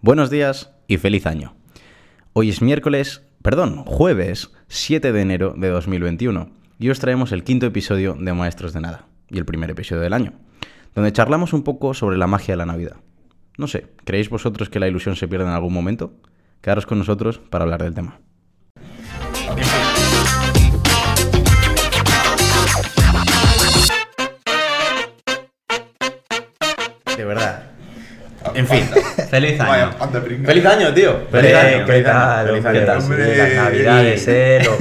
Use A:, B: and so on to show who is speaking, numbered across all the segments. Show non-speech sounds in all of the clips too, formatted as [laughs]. A: Buenos días y feliz año. Hoy es miércoles, perdón, jueves 7 de enero de 2021 y os traemos el quinto episodio de Maestros de Nada y el primer episodio del año, donde charlamos un poco sobre la magia de la Navidad. No sé, ¿creéis vosotros que la ilusión se pierde en algún momento? Quedaros con nosotros para hablar del tema. De verdad, en fin, feliz año.
B: Vaya, anda, pringa.
A: Feliz año, tío. Feliz año.
C: ¿Qué tal?
A: Feliz año. Eh,
C: hombre?
A: ¿Qué tal?
B: Hombre.
C: Las navidades, eh, los,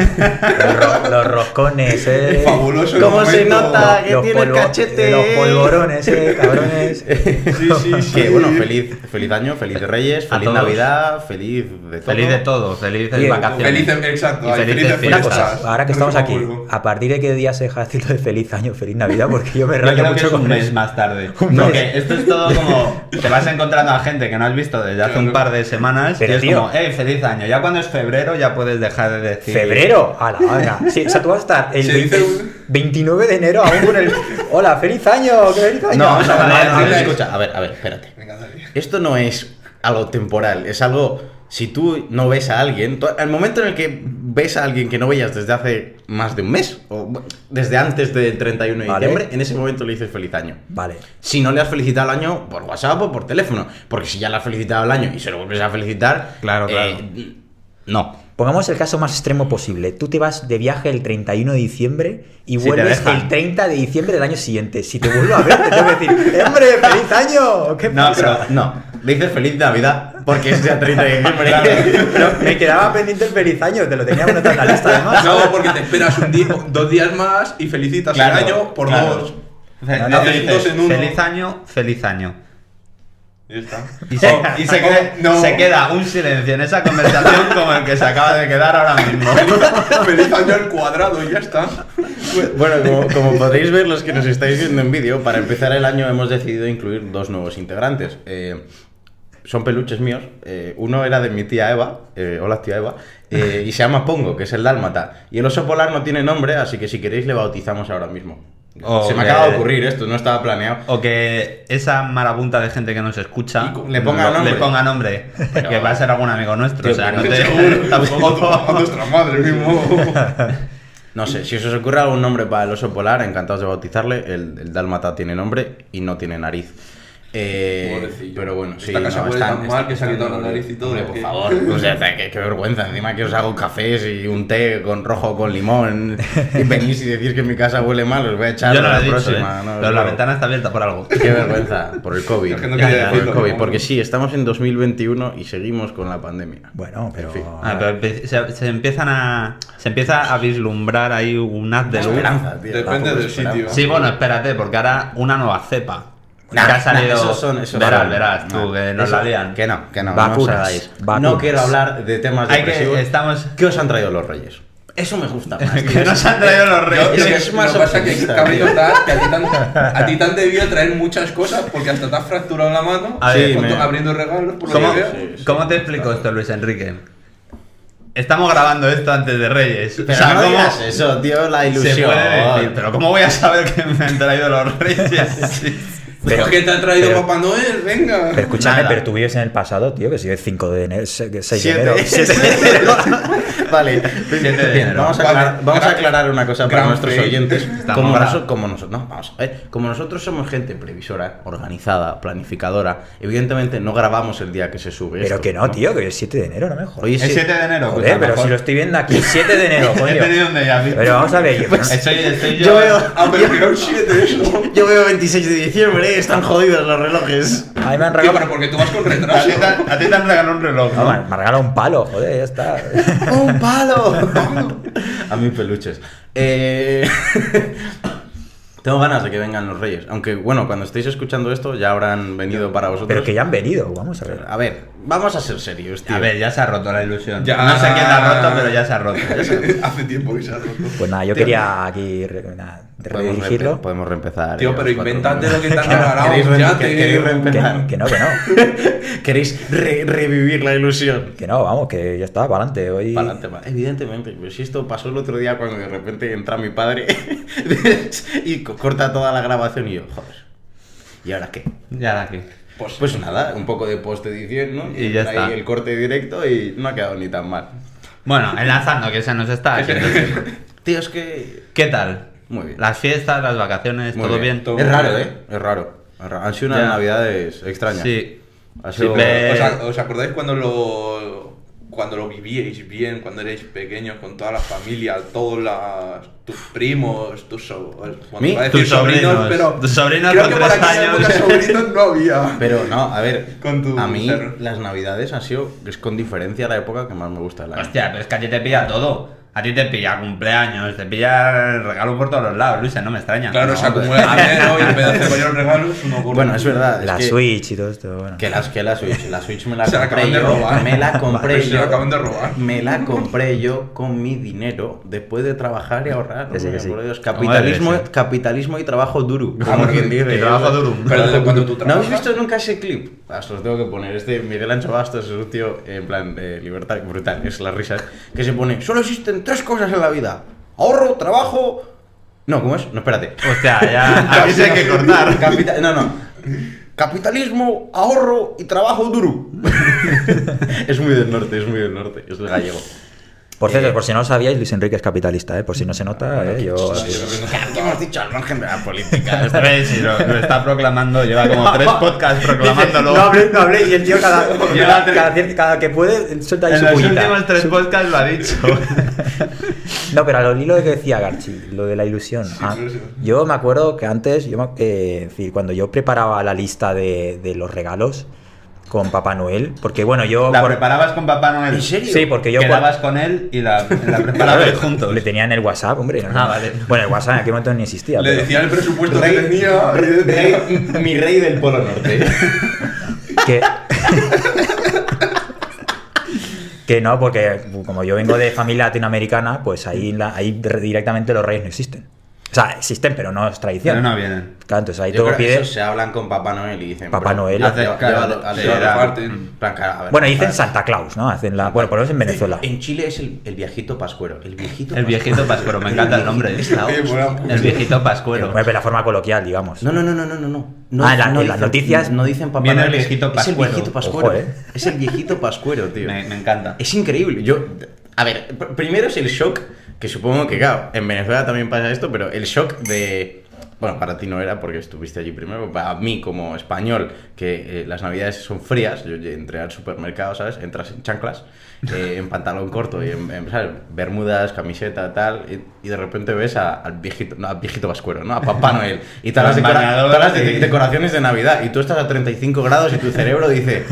C: los ro- los roscones, eh.
B: Es fabuloso el
A: ¿Cómo se
B: momento.
A: nota? que tiene el cachete,
C: Los
A: eh.
C: polvorones, [laughs] eh, cabrones.
B: Sí,
D: [laughs]
B: sí, sí.
A: Que bueno, feliz, feliz año, feliz Reyes,
D: A
A: feliz
D: todos.
A: Navidad, feliz de todo.
D: Feliz de todo, feliz de
C: Bien.
D: vacaciones.
B: Feliz, exacto,
D: Y
B: hay
D: felices
B: felices
C: Una
D: fiestas.
C: cosa,
B: Fiestas.
C: ahora que
B: No
C: estamos
B: sé
C: aquí,
B: cómo vuelvo.
C: ¿a partir de qué día se deja esto de feliz año, feliz Navidad? Porque yo me
D: Yo
C: rayo
D: creo que
C: mucho
D: es un
C: con
D: mes
C: eso.
D: más tarde.
C: Un
D: No,
A: Pues,
C: mes.
D: que esto es todo como. Te vas encontrando a gente que no has visto desde hace un par de semanas.
C: Pero,
D: y es
C: tío.
D: como, hey, feliz año. Ya cuando es febrero, ya puedes dejar de decir.
C: ¿Febrero? A la hora. Sí, o sea, tú vas a estar
D: [laughs]
C: el
B: Se
C: 20
B: dice un-
C: 29 de enero aún con el. ¡Hola, feliz año! ¡Qué feliz año!
A: [laughs] No, no, no,
D: vale,
A: no,
B: vale.
A: escucha, a ver, a ver, espérate.
B: Venga, dale.
A: Esto no es algo temporal, es algo. Si tú no ves a alguien, tú- al momento en el que ves a alguien que no veías desde hace más de un mes, o bueno, desde antes del 31 de
C: Vale.
A: diciembre, en ese momento le dices feliz año.
C: Vale.
A: Si no le has felicitado al año por WhatsApp o por teléfono, porque si ya le has felicitado al año y se lo vuelves a felicitar, eh,
D: Claro, claro.
A: No.
C: Pongamos el caso más extremo posible. Tú te vas de viaje el 31 de diciembre y
D: Si te
C: vuelves
D: dejan.
C: el 30 de diciembre del año siguiente. Si te vuelvo a ver, te tengo que decir, ¡hombre, feliz año! ¿Qué
A: No, pero
C: pasa?
A: no. Le dices feliz Navidad porque es día 30 de
C: [laughs]
A: diciembre.
C: Pero me quedaba pendiente el feliz año, te lo tenía anotado en la lista
D: Ah.
C: además.
B: No, porque te esperas un día, dos días más y felicitas
D: Claro,
B: el año por
D: claro.
B: dos.
D: Fe-
C: No,
D: no,
C: no,
D: te
B: es
D: dices,
B: dos en uno.
D: feliz año, feliz año.
B: Ya está. Oh,
D: Y, se, y se, queda,
B: no.
D: se queda un silencio en esa conversación como el que se acaba de quedar ahora mismo.
B: [laughs] Feliz año al cuadrado y ya
D: [laughs]
B: está.
A: Bueno, como, como podréis ver los que nos estáis viendo en vídeo, para empezar el año hemos decidido incluir dos nuevos integrantes. Eh, son peluches míos. Eh, uno era de mi tía Eva, eh, hola tía Eva, eh, y se llama Pongo, que es el dálmata. Y el oso polar no tiene nombre, así que si queréis le bautizamos ahora mismo.
D: Oh,
A: se me
D: hombre.
A: acaba de ocurrir esto, no estaba planeado.
D: O que esa marabunta de gente que nos escucha
A: Y co- le ponga
D: lo-
A: nombre.
D: le ponga nombre,
A: Pero-
D: que va a ser algún amigo nuestro.
A: Tío,
D: o sea,
A: pero
D: no
A: que
D: te- [laughs]
B: Seguro.
D: tampoco-
B: A nuestra madre mismo.
A: No sé, si os os ocurre algún nombre para el oso polar, encantados de bautizarle. El, el dálmata tiene nombre y no tiene nariz. Eh,
B: Pobrecillo.
A: pero bueno, sí,
B: Esta casa
A: no,
B: huele
A: están-
B: tan
A: están-
B: mal que se ha
A: están-
B: quitado la nariz y todo,
A: Hombre,
B: ¿o
A: por
B: qué? [laughs]
A: favor, pues, o sea, qué, qué vergüenza. Encima que os hago cafés y un té con rojo con limón y venís y decís que mi casa huele mal, os voy a echar
D: Yo no
A: a
D: lo
A: la
D: he dicho,
A: próxima.
D: ¿eh?
A: no,
D: pero
A: no.
D: la ventana está abierta
A: [laughs]
D: por algo.
A: Qué vergüenza, por el COVID.
B: [laughs] Es que no
A: Ya,
B: quería
A: ya, por el
B: decirlo,
A: COVID,
B: pero
A: porque
B: bueno.
A: sí, estamos en 2021 y seguimos con la pandemia.
C: Bueno, pero.
A: En fin.
D: Ah, pero empe- se, se empiezan a se empieza a vislumbrar ahí un haz de luz.
A: Esperanza, tío,
B: Depende
A: tampoco
B: del
A: esperanza.
B: sitio.
D: Sí, bueno, espérate, porque ahora una nueva cepa.
A: Nah,
D: que ha salido.
A: nah, esos son, esos
D: verás,
A: son-
D: verás,
A: nah,
D: tú, que nos
A: eso-
D: la lían.
A: Que no, que no, no os
C: Vacunas,
A: hagáis. No
C: vacunas.
A: quiero hablar de temas
D: Hay
A: depresivos.
D: que, estamos.
A: ¿Qué os han traído los reyes? Eso me gusta más. tío.
D: [laughs] que nos han traído los
B: Yo,
D: reyes.
B: lo
A: Es
B: que,
A: que es más
B: lo que pasa es que
A: optimista,
B: Cabello
A: tío.
B: tal, que a ti, tan, a ti te han debido traer muchas cosas porque hasta te has fracturado la mano
D: A ver,
B: con-
A: me-
B: abriendo regalos por lo
D: ¿Cómo,
B: que veo.
D: cómo te explico esto, Luis Enrique? Estamos grabando esto antes de Reyes.
A: Pero
D: o sea,
A: no
D: ¿cómo
A: digas eso, tío, la ilusión.
D: se puede decir? Pero ¿cómo voy a saber que me han traído los Reyes?
B: Pero,
C: Pero-
B: que te ha traído
C: pero-
B: Papá Noel, venga.
C: Pero escúchame,
D: Nada.
C: pero tú vives en el pasado, tío, que si es 5 de enero, 6 de
A: Siete. [laughs]
C: enero.
A: Siete de enero. vale, Siete de
D: Bien,
A: enero. vamos, a
B: Vale,
A: aclarar, vamos a
B: gran-
A: aclarar una cosa para
B: gran
A: nuestros
B: fe.
A: oyentes.
D: Estamos
A: Como,
D: bravos.
A: noso- como noso- no, vamos a ver. Como nosotros somos gente previsora, organizada, planificadora, evidentemente no grabamos el día que se sube.
C: Pero
A: esto,
C: que no, tío, que es 7 de enero, no me jodas.
A: Hoy es
D: El 7 de enero.
A: pues
C: Joder,
D: escucha,
C: pero
D: mejor.
C: si lo estoy viendo aquí, 7
A: [laughs]
C: de enero,
D: [laughs] He
C: coño.
D: tenido un déjà vu.
C: Pero vamos a ver, pues. yo-
A: pues
D: Estoy, estoy yo.
A: Yo veo-
B: Ah, pero que era un 7 eso.
A: Yo veo 26 de diciembre, ¿eh? están jodidos los
C: [laughs]
A: relojes.
C: a mí me han
B: Tío,
C: regalado.
B: pero porque tú vas con
D: A
B: retraso.
D: ti te han- a ti te han regalado un reloj.
C: No,
D: ¿no?
C: me han me han regalado un palo, joder,
A: [laughs]
C: ya está.
A: ¡Un palo! [laughs] A mis peluches. Eh, [laughs] Tengo ganas de que vengan los reyes. Aunque, bueno, cuando estéis escuchando esto ya habrán venido para vosotros.
C: Pero que ya han venido, vamos a ver.
A: A ver, vamos a ser serios, tío.
D: A ver, ya se ha roto la ilusión.
B: Ya.
D: No sé quién la ha roto, pero ya se ha roto.
B: [laughs] Hace tiempo que se ha roto.
C: Pues nada, yo
A: Tío.
C: quería aquí re- nada,
A: podemos, re-
C: redirigirlo.
A: podemos reempezar.
B: Tío,
A: ya,
B: pero
A: cuatro-
B: inventate lo que te han
A: Claro, ¿queréis
B: regalado.
A: re-
B: Ya
A: que-
B: te
A: queréis
C: Que,
A: reempezar?
C: que no, que no.
A: Queréis re- revivir la ilusión.
C: Que no, vamos, que ya está, para adelante. Hoy.
A: Pa'lante, pa- Evidentemente, pero si esto pasó el otro día cuando de repente entra mi padre [laughs] y co- corta toda la grabación y yo, joder. ¿Y ahora qué?
D: Ya la que.
B: Pues,
A: Pues nada, un poco de post-edición, ¿no?
D: Y ya
A: ahí
D: está.
A: el corte directo y no ha quedado ni tan mal.
D: Bueno, enlazando que se nos está haciendo.
A: Tío, es que...
D: ¿Qué tal?
A: Muy bien.
D: Las fiestas, las vacaciones,
A: Muy
D: todo bien.
B: todo
A: Es raro,
B: bien.
A: ¿eh? Es raro. Es raro. Han sido unas
D: Ya.
A: navidades extrañas.
D: Sí.
A: Ha
D: Sí,
A: sido-
D: ve-
B: ¿Os, a- os acordáis cuando lo cuando lo vivíais bien, cuando erais pequeños, con toda la familia, todos las, tus primos, tus sobrinos,
A: ¿Mi?
D: Tus sobrinos. Tus sobrinos
B: creo
D: con
B: que
D: tres
B: para aquella
D: años.
B: época sobrinos no había.
A: Pero no, a ver,
B: Con tu
A: a mí
B: perro.
A: las navidades ha sido, es con diferencia la época que más me gusta del año.
D: Hostia, pero es que a ti te pilla todo. A ti te pilla cumpleaños, te pilla el regalo por todos los lados, Luisa, no me extraña.
B: Claro,
D: Ah, No,
B: se acumula dinero y en vez de hacer varios regalos, uno por uno.
A: Bueno, es verdad. es
C: La
A: que-
C: Switch y todo esto, bueno.
A: Que las que la Switch, la Switch me la
B: Se la
A: compré
B: acaban de
A: yo,
B: robar.
A: me la compré
B: Se
A: yo,
B: la acaban de robar.
A: me la compré yo con mi dinero después de trabajar y ahorrar.
C: Que sí, que
A: hombre,
C: sí.
A: por Dios,
D: Como
A: capitalismo,
D: debe ser.
A: capitalismo y trabajo duro, como
D: Como
A: quien
D: que-
A: dice.
D: que trabajo duro.
B: Pero desde cuando tú
A: ¿No habéis
B: trabajas-
A: visto nunca ese clip? Ah, se los tengo que poner. Este Miguel Ancho Bastos es un tío en plan de libertad brutal, es la risa. ¿eh? Que se pone, solo existen tres cosas en la vida. Ahorro, trabajo... No, ¿cómo es? No, [laughs] espérate.
D: Hostia,
C: [laughs]
D: ya. Aquí sí hay que cortar.
A: Capital- no, no. Capitalismo, ahorro y trabajo duro. [laughs] es muy del norte, es muy del norte, es gallego.
C: Por cierto, por si no lo sabíais, Luis Enrique es capitalista, ¿eh? Por si no se nota, ¿eh? Yo...
A: ¿Qué hemos dicho al margen de la política?
D: Esta vez sí, lo, lo está proclamando, lleva como tres podcasts proclamándolo.
C: No hablé, no hablé, y el tío
D: [laughs]
C: cada,
D: Lleva
C: cada, cada cier- cada que puede suelta ahí
D: en
C: su
D: los
C: puñita.
D: últimos tres podcasts lo ha dicho.
C: No, pero al hilo de que decía Garchi, lo de la ilusión. Ah,
B: pero sí.
C: yo me acuerdo que antes, yo me- eh, es decir, cuando yo preparaba la lista de, de los regalos con Papá Noel, porque bueno, yo...
D: La
C: por-
D: preparabas con Papá Noel.
A: ¿En serio?
C: Sí, porque yo...
D: Quedabas con él y la, la
C: [laughs]
D: preparabas juntos.
C: Le tenía en el WhatsApp, hombre.
D: Ah, vale.
C: Bueno, el WhatsApp en aquel momento ni existía.
B: Le
C: pero-
B: decía el presupuesto que tenía.
A: Rey- mi rey del Polo [laughs] Norte.
C: que [laughs] que no porque como yo vengo de familia latinoamericana pues ahí la- ahí re- directamente los reyes no existen o sea existen pero no es tradición
D: Pero no vienen.
C: claro entonces ahí
A: Yo creo
C: todo
A: que
C: pide
A: eso se hablan con Papá Noel y dicen.
C: Papá
A: bro,
C: Noel.
A: ya
D: Haces
A: te-
D: cara-
A: llévalo- hazlo
D: sí,
A: a la
D: era-
A: parte. En plan, cara, a ver,
C: bueno dicen
A: para-
C: Santa Claus no hacen la bueno por lo menos en Venezuela
A: En Chile es el, el viejito pascuero. El viejito
D: El viejito Pascuero, me encanta el nombre.
B: Sí, bueno.
D: El viejito Pascuero.
C: de la forma coloquial digamos
A: No, no, no, no, no, no, no. no.
C: Ah, en la- en
A: dicen-
C: las noticias
A: no dicen Papá
D: viene el
A: Noel. es-
D: viejito
A: es el
D: pascuero.
A: viejito pascuero.
C: Ojo, eh.
A: Es el viejito pascuero, tío.
D: Me, me encanta.
A: Es increíble. Yo, a ver, pr- primero es el shock, que supongo que, claro, en Venezuela también pasa esto, pero el shock de... Bueno, para ti no era porque estuviste allí primero, para mí como español, que eh, las navidades son frías, yo ye- entré al supermercado, ¿sabes? Entras en chanclas, eh, en pantalón corto, y en, en, ¿sabes? bermudas, camiseta, tal, y, y de repente ves a- al viejito, no, al viejito vascuero, ¿no? A Papá Noel, y todas las,
D: Con
A: decora-
D: bañador
A: todas las
D: y-
A: de- decoraciones de Navidad, y tú estás a 35 grados y tu cerebro dice,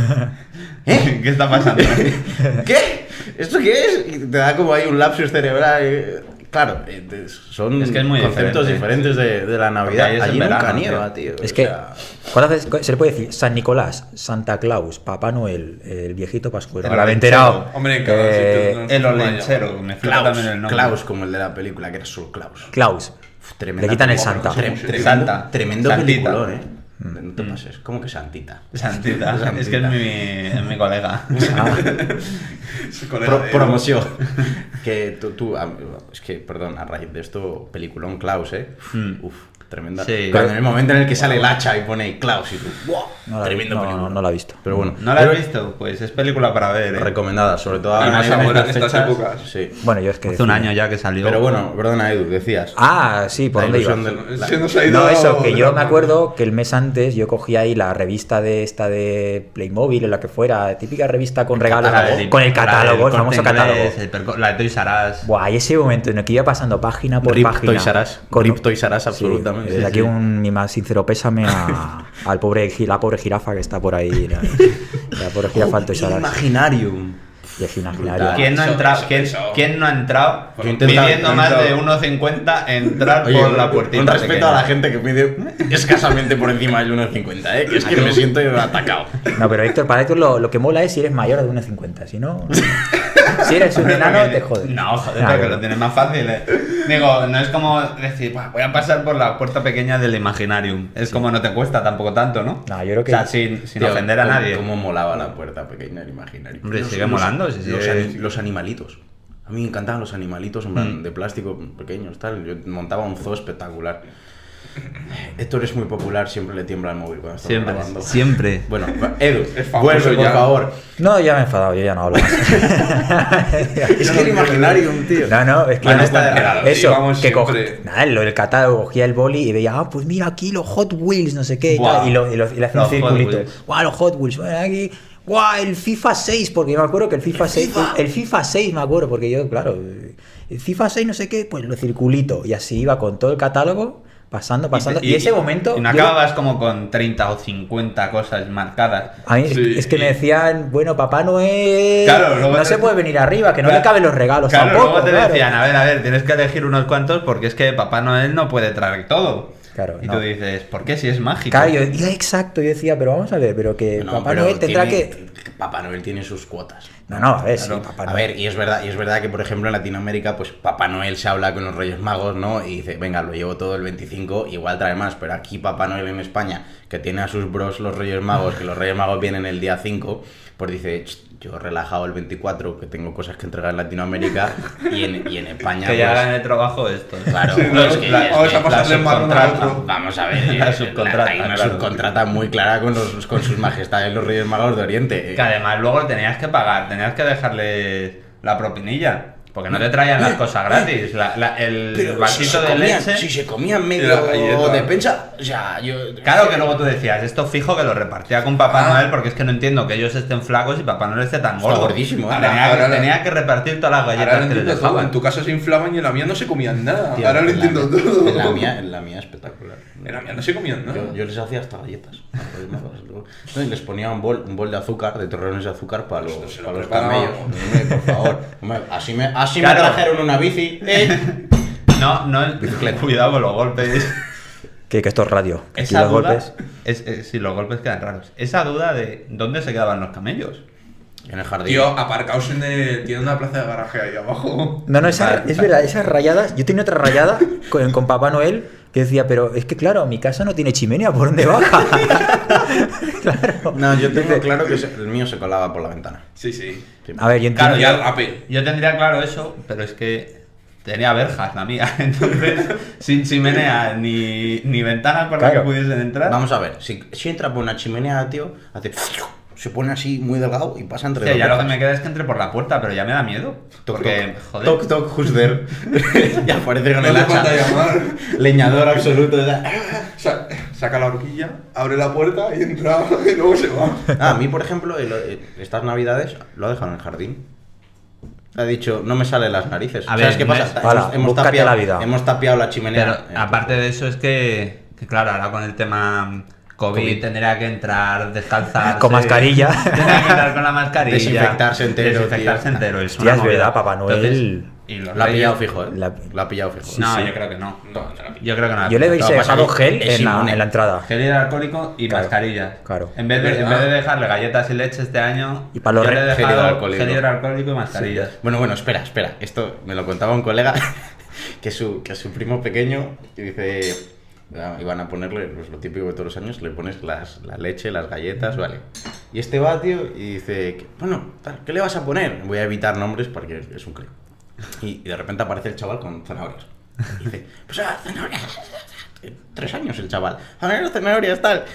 A: ¿eh?
D: [laughs] ¿Qué está pasando?
A: [laughs] ¿Qué? ¿Esto qué es? Y te da como ahí un lapsus cerebral. eh, Claro, eh, te- son
D: Es que es muy
A: conceptos
D: diferente.
A: diferentes de, de la Navidad.
D: ahí es en
A: Allí nunca
D: verano,
A: nieva, tío.
C: es
A: o
C: que
A: sea,
C: ¿cuántas veces se le puede decir San Nicolás Santa Claus Papá Noel el viejito Pascuero
D: El
C: ahora me he
D: Valenciano.
C: enterado Eh,
B: Hombre, en
C: que-
B: cada sitio, ¿no?
D: El olenchero, me flipa
A: Klaus,
D: también el nombre.
A: Klaus, como el de la película, que era solo Klaus.
C: Claus
A: Uf, tremenda
C: Le quitan el
A: película.
C: Santa.
A: Tre- Tremendo,
D: Santa.
A: tremendo
D: Santita.
A: peliculón, ¿eh? No te pases. ¿Cómo que [laughs] Santita? Ah,
D: Santita. Es que es mi, es mi colega.
B: Ese colega
A: Pro-
B: de-
A: promoción. [laughs] que tú, tú, a- es que, perdón, a raíz de esto, peliculón Klaus, ¿eh?
D: Mm.
A: Uf, tremenda.
D: Sí.
A: Cuando en el momento en el que sale el hacha y pone Klaus y tú, ¡wow!
C: no la,
A: tremendo
C: no,
A: peliculón.
C: no, no la he visto
A: Pero bueno,
D: ¿No la
A: yo-
D: has visto? Pues es película para ver. ¿eh?
A: recomendada, sobre todo
B: Y
A: ahora
B: más
A: en
B: ahora en
A: estas
B: estas
A: fechas.
B: épocas.
A: Sí.
C: bueno yo es que
D: Hace un
C: decía-
D: año ya que salió.
A: Pero bueno, perdona, Edu, decías.
C: Ah, sí, ¿por
A: La
C: dónde iba?
A: ilusión del-
B: Se nos ha ido
C: No, eso, que
B: de
C: yo
A: [laughs]
B: las
C: me
B: manos. [laughs]
C: acuerdo que el mes antes yo cogía ahí la revista de esta de Playmobil o la que fuera, típica revista con regalos,
D: La del-
C: con el
D: la del
C: catálogo, el
D: Corte
C: famoso
D: Inglés,
C: catálogo.
D: el perco- la de Toys R Us.
C: Buah, y ese momento en el que iba pasando página por
A: Rip
C: página.
A: Toys R Us,
C: con-
A: Rip Toys R Us, absolutamente,
C: desde
A: sí,
C: aquí
A: sí.
C: un mi más sincero pésame a,
A: [laughs]
C: al pobre, gi- la pobre jirafa que está por ahí. La, la pobre jirafa del Toys R Us.
A: Imaginarium.
C: Y es imaginario.
A: Brutal.
D: ¿Quién no, ha
B: Eso,
D: entrado,
B: eso,
D: ¿quién,
B: eso.
D: quién no ha entrado
A: Yo he intentado-
D: pidiendo
A: he
D: más de
A: intentado-
D: 1,50 entrar
A: Oye,
D: por la puertita?
A: con respeto
D: pequeña?
A: a la gente que pide escasamente por encima del 1,50, ¿eh? Que es que me siento atacado.
C: No, pero Héctor, para Héctor lo, lo que mola es si eres mayor de 1,50. Si no.
A: [laughs]
C: Si eres
D: [laughs]
C: un
D: Hombre,
C: enano,
D: porque-
C: te jode. Ah,
D: No,
A: Ah,
D: joder,
C: Nah,
D: porque
C: yo-
D: lo tienes más fácil. eh. Digo, no es como decir, "Buah, voy a pasar por la puerta pequeña del Imaginarium. Es como no te cuesta tampoco tanto, ¿no?
C: No, yo creo que-
D: O sea, sin, sin
A: Tío,
D: ofender a
A: cómo-
D: nadie.
A: Cómo molaba la puerta pequeña del imaginario.
D: Hombre,
A: Los-
D: sigue
A: los-
D: molando, sí, eh.
A: los,
D: sigue-
A: ani- los animalitos. A mí me encantaban los animalitos en plan,
D: Mm.
A: de plástico pequeños, tal. Yo montaba un zoo espectacular. Héctor es muy popular, siempre le tiembla el móvil cuando estamos
D: Siempre,
A: grabando.
D: siempre.
A: Bueno, Edu,
B: Es famoso
A: vuelve, por
B: ya.
A: favor.
C: No, ya me he enfadado, yo ya no hablo.
A: Es que el Imaginarium, tío.
C: No, no, es que
B: Bueno,
C: no
B: está
C: está
B: quedado, sí,
C: Eso,
B: vamos
C: que co-
B: siempre.
C: nada, lo del catálogo, cogía el boli y veía, ah, pues mira aquí los Hot Wheels, no sé qué, y,
D: Buah.
C: tal, y, lo- y lo- y le hacía un
D: Los Hot
C: circulito.
D: Wheels.
C: Guau, los Hot Wheels, bueno, aquí. Guau, el FIFA 6, porque me acuerdo que el FIFA 6, el FIFA 6 me acuerdo, porque yo, claro, el FIFA 6 no sé qué, pues lo circulito, y así iba con todo el catálogo, pasando, pasando, y, ese momento...
D: Y no
C: yo-
D: acababas como con 30 o 50 cosas marcadas.
C: a mí es-
B: Sí,
C: es que
B: y-
C: me decían, bueno, papá Noel,
D: Claro, luego
C: no
D: te-
C: se puede venir arriba, que no
D: Claro.
C: le caben los regalos
D: Claro,
C: tampoco.
D: luego te
C: claro.
D: decían, a ver, a ver, tienes que elegir unos cuantos porque es que Papá Noel no puede traer todo.
C: Claro,
D: y
C: no.
D: tú dices, ¿por qué si es mágico?
C: Claro, yo, yo- exacto, yo decía, pero vamos a ver, pero que
A: No,
C: Eh, Papá
A: pero
C: Noel tendrá
A: tiene-
C: que.
A: Papá Noel tiene sus cuotas.
C: No, no, a ver, sí,
D: Claro.
C: Papá
A: a
C: Noel.
A: ver, y es verdad, y es verdad que por ejemplo en Latinoamérica, pues Papá Noel se habla con los Reyes Magos, ¿no? Y dice, venga, lo llevo todo el 25, igual trae más, pero aquí Papá Noel en España, que tiene a sus bros los Reyes Magos, que los Reyes Magos vienen el día 5, pues dice, "Ch, yo relajado el 24, que tengo cosas que entregar en Latinoamérica, y en, y en España,
D: que ya
A: pues,
D: hagan el trabajo [laughs] esto.
A: Claro,
B: Sí,
A: no,
B: la-
A: es que-
B: la-
A: es
B: vamos
A: que
B: a pasarle
A: la
B: el marrón al
A: subcontrata-
B: otro.
A: Vamos a ver, eh,
D: [laughs] La
A: la-
D: subcontrata,
A: hay una
D: claro.
A: subcontrata muy clara con, los, con sus majestades los Reyes Magos de Oriente. eh.
D: Que además luego tenías que pagar, tenías que dejarles la propinilla. Porque no te traían las cosas gratis. La- la- el vasito de
A: comían,
D: leche.
A: si se comían
B: Era galleta.
A: medio defensa, o sea, yo...
D: Claro que luego tú decías, esto fijo que lo repartía con Papá Noel porque es que no entiendo que ellos estén flacos y Papá Noel esté tan
A: Ah. Está
D: gordo.
A: gordísimo, ¿eh?
D: Tenía,
B: Ahora-
D: que,
B: ahora-
D: tenía que repartir todas las
B: Ahora
D: galletas
B: lo
D: que les
B: entiendo todo.
D: dejaban.
B: En tu casa se inflaban y en la mía no se comían nada.
A: Tío,
B: Ahora lo
A: en la
B: entiendo
A: mía-
B: todo.
A: En la mía, en la mía espectacular.
B: [laughs] En la mía no se comían nada.
A: Yo, yo les hacía hasta galletas. a los Reyes Magos. No, y les ponía un bol, un bol de azúcar, de torrones de azúcar para los,
B: Esto se lo
A: para los
B: preparaba.
A: camellos. Hombre, por favor. Hombre, así me, así
D: Claro.
A: me trajeron una bici.
B: [laughs]
A: ¿eh?
D: No, no, [laughs] cuidado con
A: [laughs]
D: los golpes.
C: Que, que esto es radio. que aquí
D: Esa
C: los
D: duda,
C: golpes.
D: es, es- sí, los golpes quedan raros. Esa duda de dónde se quedaban los camellos.
A: En el jardín.
B: Tío, aparcaos en el... Tiene una plaza de garaje ahí abajo.
C: No, no, esa-
D: Vale.
C: es verdad, esas rayadas. Yo tenía otra rayada con, con Papá Noel que decía, pero es que claro, mi casa no tiene chimenea, ¿por dónde baja? claro.
A: No, yo tengo claro que se- el mío se colaba por la ventana.
B: Sí, sí.
A: Sí.
C: A ver, yo entiendo.
B: Claro, ya
D: yo-
B: rape.
D: Yo tendría claro eso, pero es que tenía verjas la mía. [laughs] Entonces, sin chimenea ni, ni ventanas por las
C: Claro.
D: que pudiesen entrar.
A: Vamos a ver, si, si entra por una chimenea, tío, hace... Se pone así muy delgado y pasa entre
D: Sí,
A: dos
D: ya lo que
A: rejas.
D: me queda es que entre por la puerta, pero ya me da miedo.
A: Toc,
D: porque,
A: toc.
D: joder.
A: Toc, toc, who's there? [laughs] ya aparece con
B: No
A: el
B: hace
A: hacha.
B: falta llamar.
A: Leñador absoluto. o sea.
B: Sa- saca la horquilla, abre la puerta y entra [laughs] y luego se va.
A: Ah, a mí, por ejemplo, el- eh, estas navidades lo ha dejado en el jardín. Ha dicho, no me salen las narices.
D: A
A: ¿Sabes
D: ver,
A: qué
D: no
A: pasa?
D: es-
A: Hemos-
C: Hala,
A: hemos,
C: búscate
A: tapiado,
C: la vida.
A: hemos tapiado la
D: Pero
A: chimenea.
D: aparte de eso es que, que claro, ahora con el tema COVID,
A: COVID.
D: tendría que entrar descalzarse.
C: Con
D: [laughs]
C: mascarilla.
D: Tendría que entrar con la mascarilla.
A: Desinfectarse entero,
D: Desinfectarse
A: tío.
D: entero. Es
C: Hostia,
D: una
C: es
D: movida.
C: verdad, Papá Noel.
D: y
A: Lo
D: los
A: ha
D: reyes-
A: pillado fijo, ¿eh?
C: La-
A: Lo ha pillado fijo.
D: No,
C: Sí, sí.
D: yo creo que no.
B: No, no la pillo.
D: Yo creo que no.
C: Yo le
A: Lo
C: habéis
A: que pasa
C: dejado
A: es que
C: gel
A: es
C: en la,
A: inmune.
C: en la entrada.
D: Gel hidroalcohólico y
C: Claro,
D: mascarilla.
C: claro.
D: En vez, de, en
B: ¿Verdad?
D: vez de dejarle galletas y leche este año,
C: Y para los
D: yo le
C: re-
D: he
A: gel
D: dejado
A: hidroalcohólico.
D: gel hidroalcohólico y mascarillas.
C: [laughs]
A: Bueno, bueno, espera, espera. Esto me lo contaba un colega [laughs] que su, que su primo pequeño y dice. ah, Iban a ponerle, pues lo típico de todos los años, le pones las, la leche, las galletas, vale. Y este va, tío, y dice, que, bueno, tal, ¿qué le vas a poner? Voy a evitar nombres porque es un creo. Y, y de repente aparece el chaval con zanahorias. Y dice, pues ah, zanahorias. Tres años el chaval. Zanahorias, zanahorias, tal.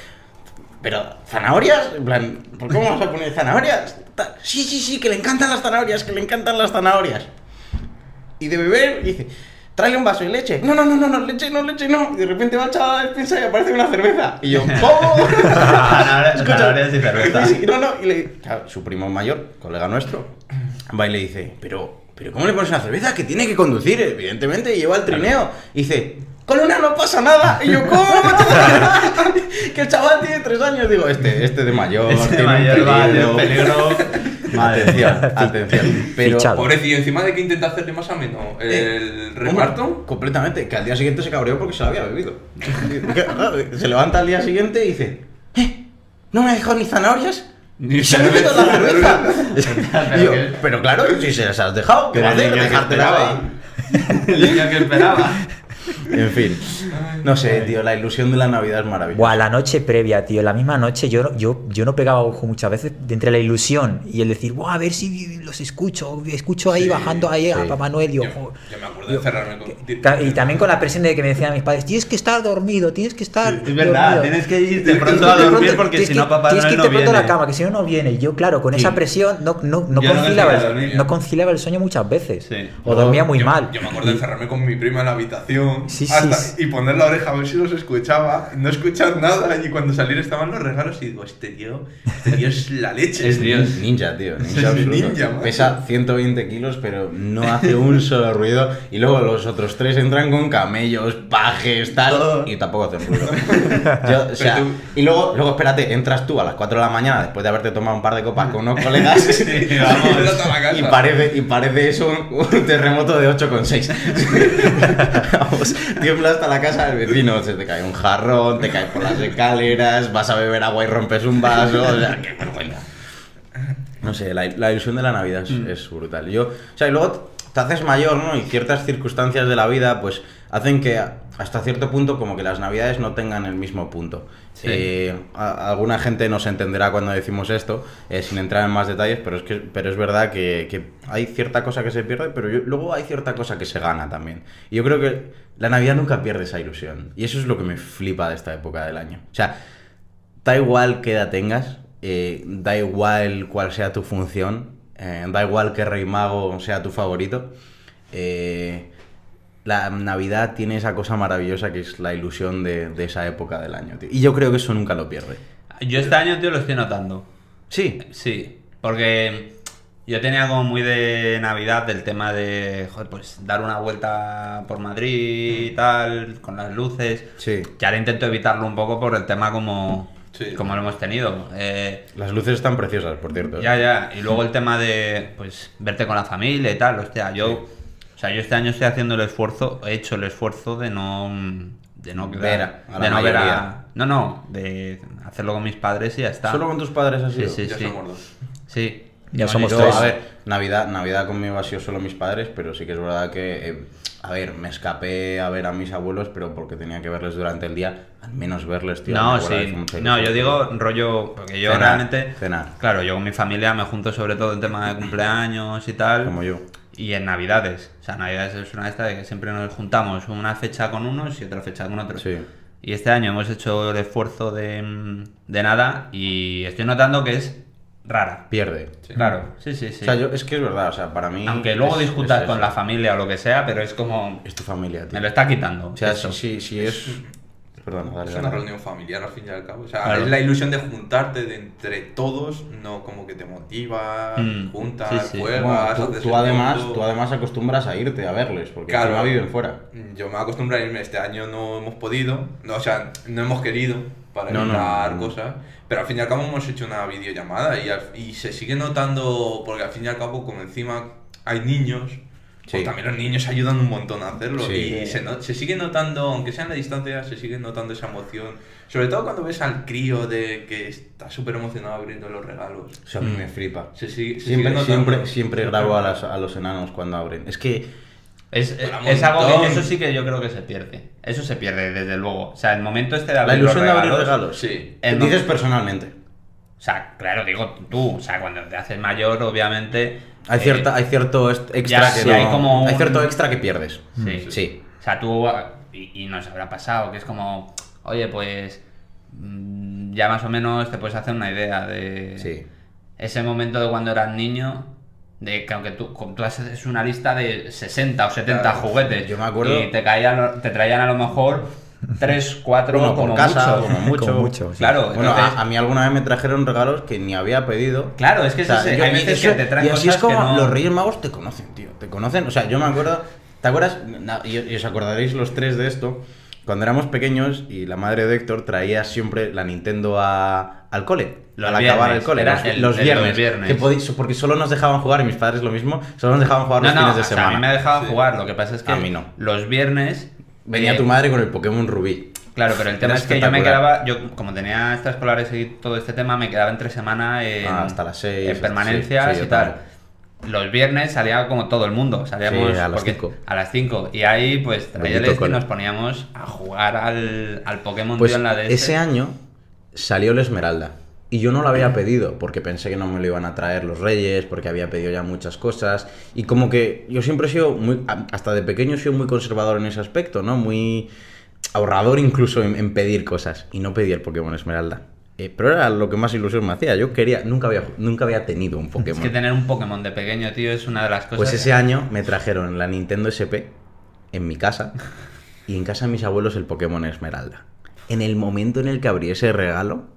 A: Pero, ¿zanahorias? En plan, ¿por cómo vas a poner zanahorias? Ta- Sí, sí, sí, que le encantan las zanahorias, que le encantan las zanahorias. Y de beber, dice, tráele un vaso de leche. No, no, no, no, no, leche, no, leche, no. Y de repente va el chaval a la despensa y aparece una cerveza. Y yo, ¡oh!
D: Zanahorias-
A: Escucha.
D: zanahorias
C: [laughs]
D: y cerveza.
A: Sí, no, no, y le- claro, su primo mayor, colega nuestro, va y le dice, pero, pero ¿cómo le pones una cerveza? Que tiene que conducir, evidentemente, y lleva el trineo. Y dice, con una no pasa nada. Y yo, ¿cómo? [laughs] que el chaval tiene tres años. Digo, este, este de mayor,
D: Este
A: tiene un
D: mayor va de
A: peligro".
D: peligro. Madre
A: Atención, [laughs] atención. Pero,
C: Fichado.
B: Pobrecillo, encima de que intenta hacerle más ameno
C: Eh,
B: el
A: Hombre,
C: [laughs]
B: reparto.
A: Completamente, que al día siguiente se cabreó porque se lo había bebido. [laughs] se levanta al día siguiente y dice, ¿eh? ¿No me dejado ni zanahorias?
D: Ni
A: se me ha metido la cerveza.
D: [laughs]
A: [laughs]
D: Pero
A: Y yo,
D: que-
A: pero claro, si se las has dejado, ¿qué va
D: Pero
A: a
D: el
A: hacer?
D: niño que
A: Dejártela
D: esperaba.
A: ahí.
C: [laughs]
D: El niño que esperaba.
A: En fin. No sé, tío, la ilusión de la Navidad es maravillosa.
C: Buah, la noche previa, tío. La misma noche yo, yo, yo no pegaba ojo muchas veces de entre la ilusión y el decir, Buah, a ver si los escucho. Escucho ahí
B: Sí,
C: bajando ahí a
A: sí.
C: Papá Noel. Y,
B: Yo,
C: yo, "Jo".
B: yo me acuerdo de cerrarme con.
C: Ca- y también con la presión de que me decían mis padres, tienes que estar dormido, tienes que estar.
D: Es verdad,
C: dormido".
D: tienes que ir de
C: Tienes que
D: pronto
C: irte
D: a dormir
C: pronto,
D: porque
C: tienes
D: si
C: que-
D: no papá
C: Tienes que irte
D: Noel no
C: pronto
D: viene.
C: a la cama, que si no, no viene. Y yo, claro, con
D: Sí.
C: esa presión no, no, no
D: Yo no
C: conciliaba,
D: quería
C: el-
D: dormir.
C: no conciliaba el sueño muchas veces.
D: Sí.
C: O dormía muy
B: yo,
C: mal.
B: Yo me acuerdo de encerrarme con mi prima en la habitación
C: Sí, sí,
B: hasta-
C: sí.
B: y poner la oreja a ver si los escuchaba. No escuchar nada. Y cuando salir estaban los regalos y digo, este tío, este tío es la leche.
D: Es Dios.
A: Ninja, tío.
B: Sí, sí,
A: Ninja absoluto.
B: ninja, macho.
A: Pesa 120 kilos, pero no hace un solo ruido. Y luego los otros tres entran con camellos, pajes, tal. Y tampoco hacen
B: [laughs]
A: ruido. Yo, o sea,
B: Pero tú-
A: y luego, luego, espérate, entras tú a las 4 de la mañana después de haberte tomado un par de copas con unos
B: [laughs]
A: colegas.
D: Sí, vamos.
B: Y
A: [laughs]
B: era toda la casa.
A: y, parece, y parece eso un, un terremoto de
B: [laughs]
A: 8,6. Vamos, tiembla hasta la casa del vecino. Se te cae un jarrón, te caes por las escaleras, vas a beber agua y rompes un vaso. O sea, qué vergüenza. No sé, la, la ilusión de la Navidad es, es brutal. Yo, o sea, y luego t- te haces mayor, ¿no? Y ciertas circunstancias de la vida, pues, hacen que a- hasta cierto punto como que las Navidades no tengan el mismo punto.
D: Sí.
A: Eh, a- alguna gente nos entenderá cuando decimos esto, eh, sin entrar en más detalles, pero es que, pero es verdad que, que hay cierta cosa que se pierde, pero yo- luego hay cierta cosa que se gana también. Y yo creo que la Navidad nunca pierde esa ilusión. Y eso es lo que me flipa de esta época del año. O sea, da igual qué edad tengas, eh, da igual cuál sea tu función, eh, da igual que Rey Mago sea tu favorito. eh, la Navidad tiene esa cosa maravillosa que es la ilusión de, de esa época del año, tío. Y yo creo que eso nunca lo pierde.
D: Yo este año, tío, lo estoy notando.
A: Sí,
D: Sí, porque yo tenía como muy de Navidad del tema de, joder, pues dar una vuelta por Madrid y tal, con las luces.
A: sí.
D: Que ahora intento evitarlo un poco por el tema como,
B: Sí.
D: como lo hemos tenido. Eh,
A: Las luces están preciosas, por cierto.
D: ya, ya. Y luego el tema de, pues, verte con la familia y tal. Hostia, yo... O sea, yo este año estoy haciendo el esfuerzo, he hecho el esfuerzo de no... De no
A: Ver a- a la
D: de no ver
A: mayoría.
D: a... No, no, de hacerlo con mis padres y ya está.
A: Solo con tus padres así.
D: Sí, sí,
B: Ya
D: sí.
B: somos dos.
D: Sí.
C: Ya
D: No,
C: somos
D: yo-
C: tres.
A: a ver, Navidad, Navidad conmigo ha sido solo mis padres, pero sí que es verdad que, eh, a ver, me escapé a ver a mis abuelos, pero porque tenía que verles durante el día, al menos verles, tío.
D: No,
A: mi abuela
D: sí.
A: hizo mucha
D: No,
A: ilusión.
D: yo digo rollo. Porque yo
A: Cenar,
D: realmente.
A: cenar.
D: Claro, yo con mi familia me junto sobre todo en tema de cumpleaños y tal.
A: Como yo.
D: Y en Navidades. O sea, Navidades es una de estas de que siempre nos juntamos una fecha con unos y otra fecha con otros.
A: Sí.
D: Y este año hemos hecho el esfuerzo de, mm, de nada y estoy notando que es rara.
A: Pierde.
D: Claro, sí, sí, sí.
A: O sea, yo, es que es verdad, o sea, para mí.
D: Aunque luego
A: es-
D: discutas
A: es
D: con
A: eso.
D: la familia o lo que sea, pero es como.
A: Es tu familia, tío.
D: Me lo está quitando.
A: O sea,
D: esto.
A: si, si, si es. Perdón, dale,
B: Es una
A: dale.
B: reunión familiar al fin y al cabo. O sea,
D: Claro.
B: es la ilusión de juntarte de entre todos, no como que te motivas,
D: Mm,
B: juntas,
D: sí, sí.
B: juegas,
A: Bueno, tú,
B: haces
A: tú
B: el
A: además,
B: mundo.
A: tú además acostumbras a irte a verles, porque
B: Claro.
A: no viven fuera.
B: Mm, Yo me acostumbro a irme, este año no hemos podido, no, o sea, no hemos querido para
A: No, no,
B: evitar
A: no.
B: cosas, pero al fin y al cabo hemos hecho una videollamada y, al- y se sigue notando, porque al fin y al cabo como encima hay niños,
A: Sí.
B: pues también los niños ayudan un montón a hacerlo
A: Sí.
B: y se, no- se sigue notando, aunque sea en la distancia, se sigue notando esa emoción, sobre todo cuando ves al crío de que está súper emocionado abriendo los regalos.
A: O sea,
D: Mm.
A: a mí me flipa.
B: Se sigue, se sigue
A: Siempre,
B: notando.
A: siempre, siempre grabo a, las- a los enanos cuando abren. Es que
D: Es, es-
B: Mola
D: es algo que
B: montón.
D: eso sí que yo creo que se pierde. Eso se pierde, desde luego. O sea, el momento este de
A: la
D: abrir
A: ilusión de
D: los
A: abrir
D: regalos,
A: regalos.
B: Sí.
A: Eh,
D: no.
A: Dices personalmente.
D: O sea, claro, digo tú. O sea, cuando te haces mayor, obviamente.
A: Hay,
D: eh,
A: cierta, hay cierto est- extra
D: ya
A: que
D: sí,
A: no-
D: hay como
A: hay
D: un-
A: cierto extra que pierdes.
D: Sí.
A: Sí.
D: O sea, tú. Y, y nos habrá pasado, que es como. Oye, pues. mm, Ya más o menos te puedes hacer una idea de.
A: Sí.
D: Ese momento de cuando eras niño. De que aunque tú, con- tú haces una lista de 60 o 70
B: Claro.
D: juguetes.
A: Yo me acuerdo-
D: Y te, caían, lo- te traían a lo mejor 3, 4
A: Uno por
D: como
A: casa,
D: mucho. [laughs]
A: como mucho.
C: Como mucho, sí.
D: Claro,
A: Bueno, a-
D: entonces-
A: a, mí alguna vez me trajeron regalos que ni había pedido.
D: Claro, es que
A: O sea,
D: es ese,
A: yo-
D: hay veces
A: eso-
D: que te traen
A: y así
D: cosas
A: es como
D: que no...
A: los Reyes Magos te conocen, tío. Te conocen. O sea, yo me acuerdo. ¿Te acuerdas? Na- Y, y os acordaréis los tres de esto. Cuando éramos pequeños y la madre de Héctor traía siempre la Nintendo a- al cole.
D: Los
A: al acabar
D: viernes,
A: el cole.
D: era
A: los,
D: el-
A: los
D: el-
A: viernes.
D: los viernes.
A: que podí- porque solo nos dejaban jugar, y mis padres lo mismo, solo nos dejaban jugar los
D: no, no,
A: fines de
D: o sea,
A: semana.
D: a mí me ha dejado
B: Sí.
D: jugar, lo que pasa es que
A: A mí no.
D: los viernes...
A: Venía
D: eh,
A: tu madre con el Pokémon Rubí.
D: Claro, pero el tema
A: Era
D: es que yo me
A: espectacular.
D: quedaba, yo como tenía escolares y todo este tema, me quedaba entre semana en,
A: Ah, hasta las seis,
D: en
A: hasta-
D: permanencias
A: sí, sí, yo
D: y tal.
A: también.
D: los viernes salía como todo el mundo, salíamos
A: Sí, a las
D: porque-
A: cinco.
D: a las 5. Y ahí pues traía el
A: Bendito
D: este y
A: cola.
D: nos poníamos a jugar al, al Pokémon
A: Pues
D: tío, en la de
A: ese año salió la Esmeralda. Y yo no lo había pedido porque pensé que no me lo iban a traer los Reyes, porque había pedido ya muchas cosas. Y como que yo siempre he sido muy. a- Hasta de pequeño he sido muy conservador en ese aspecto, ¿no? Muy ahorrador incluso en, en pedir cosas. Y no pedí el Pokémon Esmeralda. Eh, pero era lo que más ilusión me hacía. Yo quería. Nunca había, nunca había tenido un
D: Es
A: Pokémon.
D: que tener un Pokémon de pequeño, tío, es una de las cosas.
A: Pues ese año me trajeron la Nintendo SP en mi casa y en casa de mis abuelos el Pokémon Esmeralda. En el momento en el que abrí ese regalo,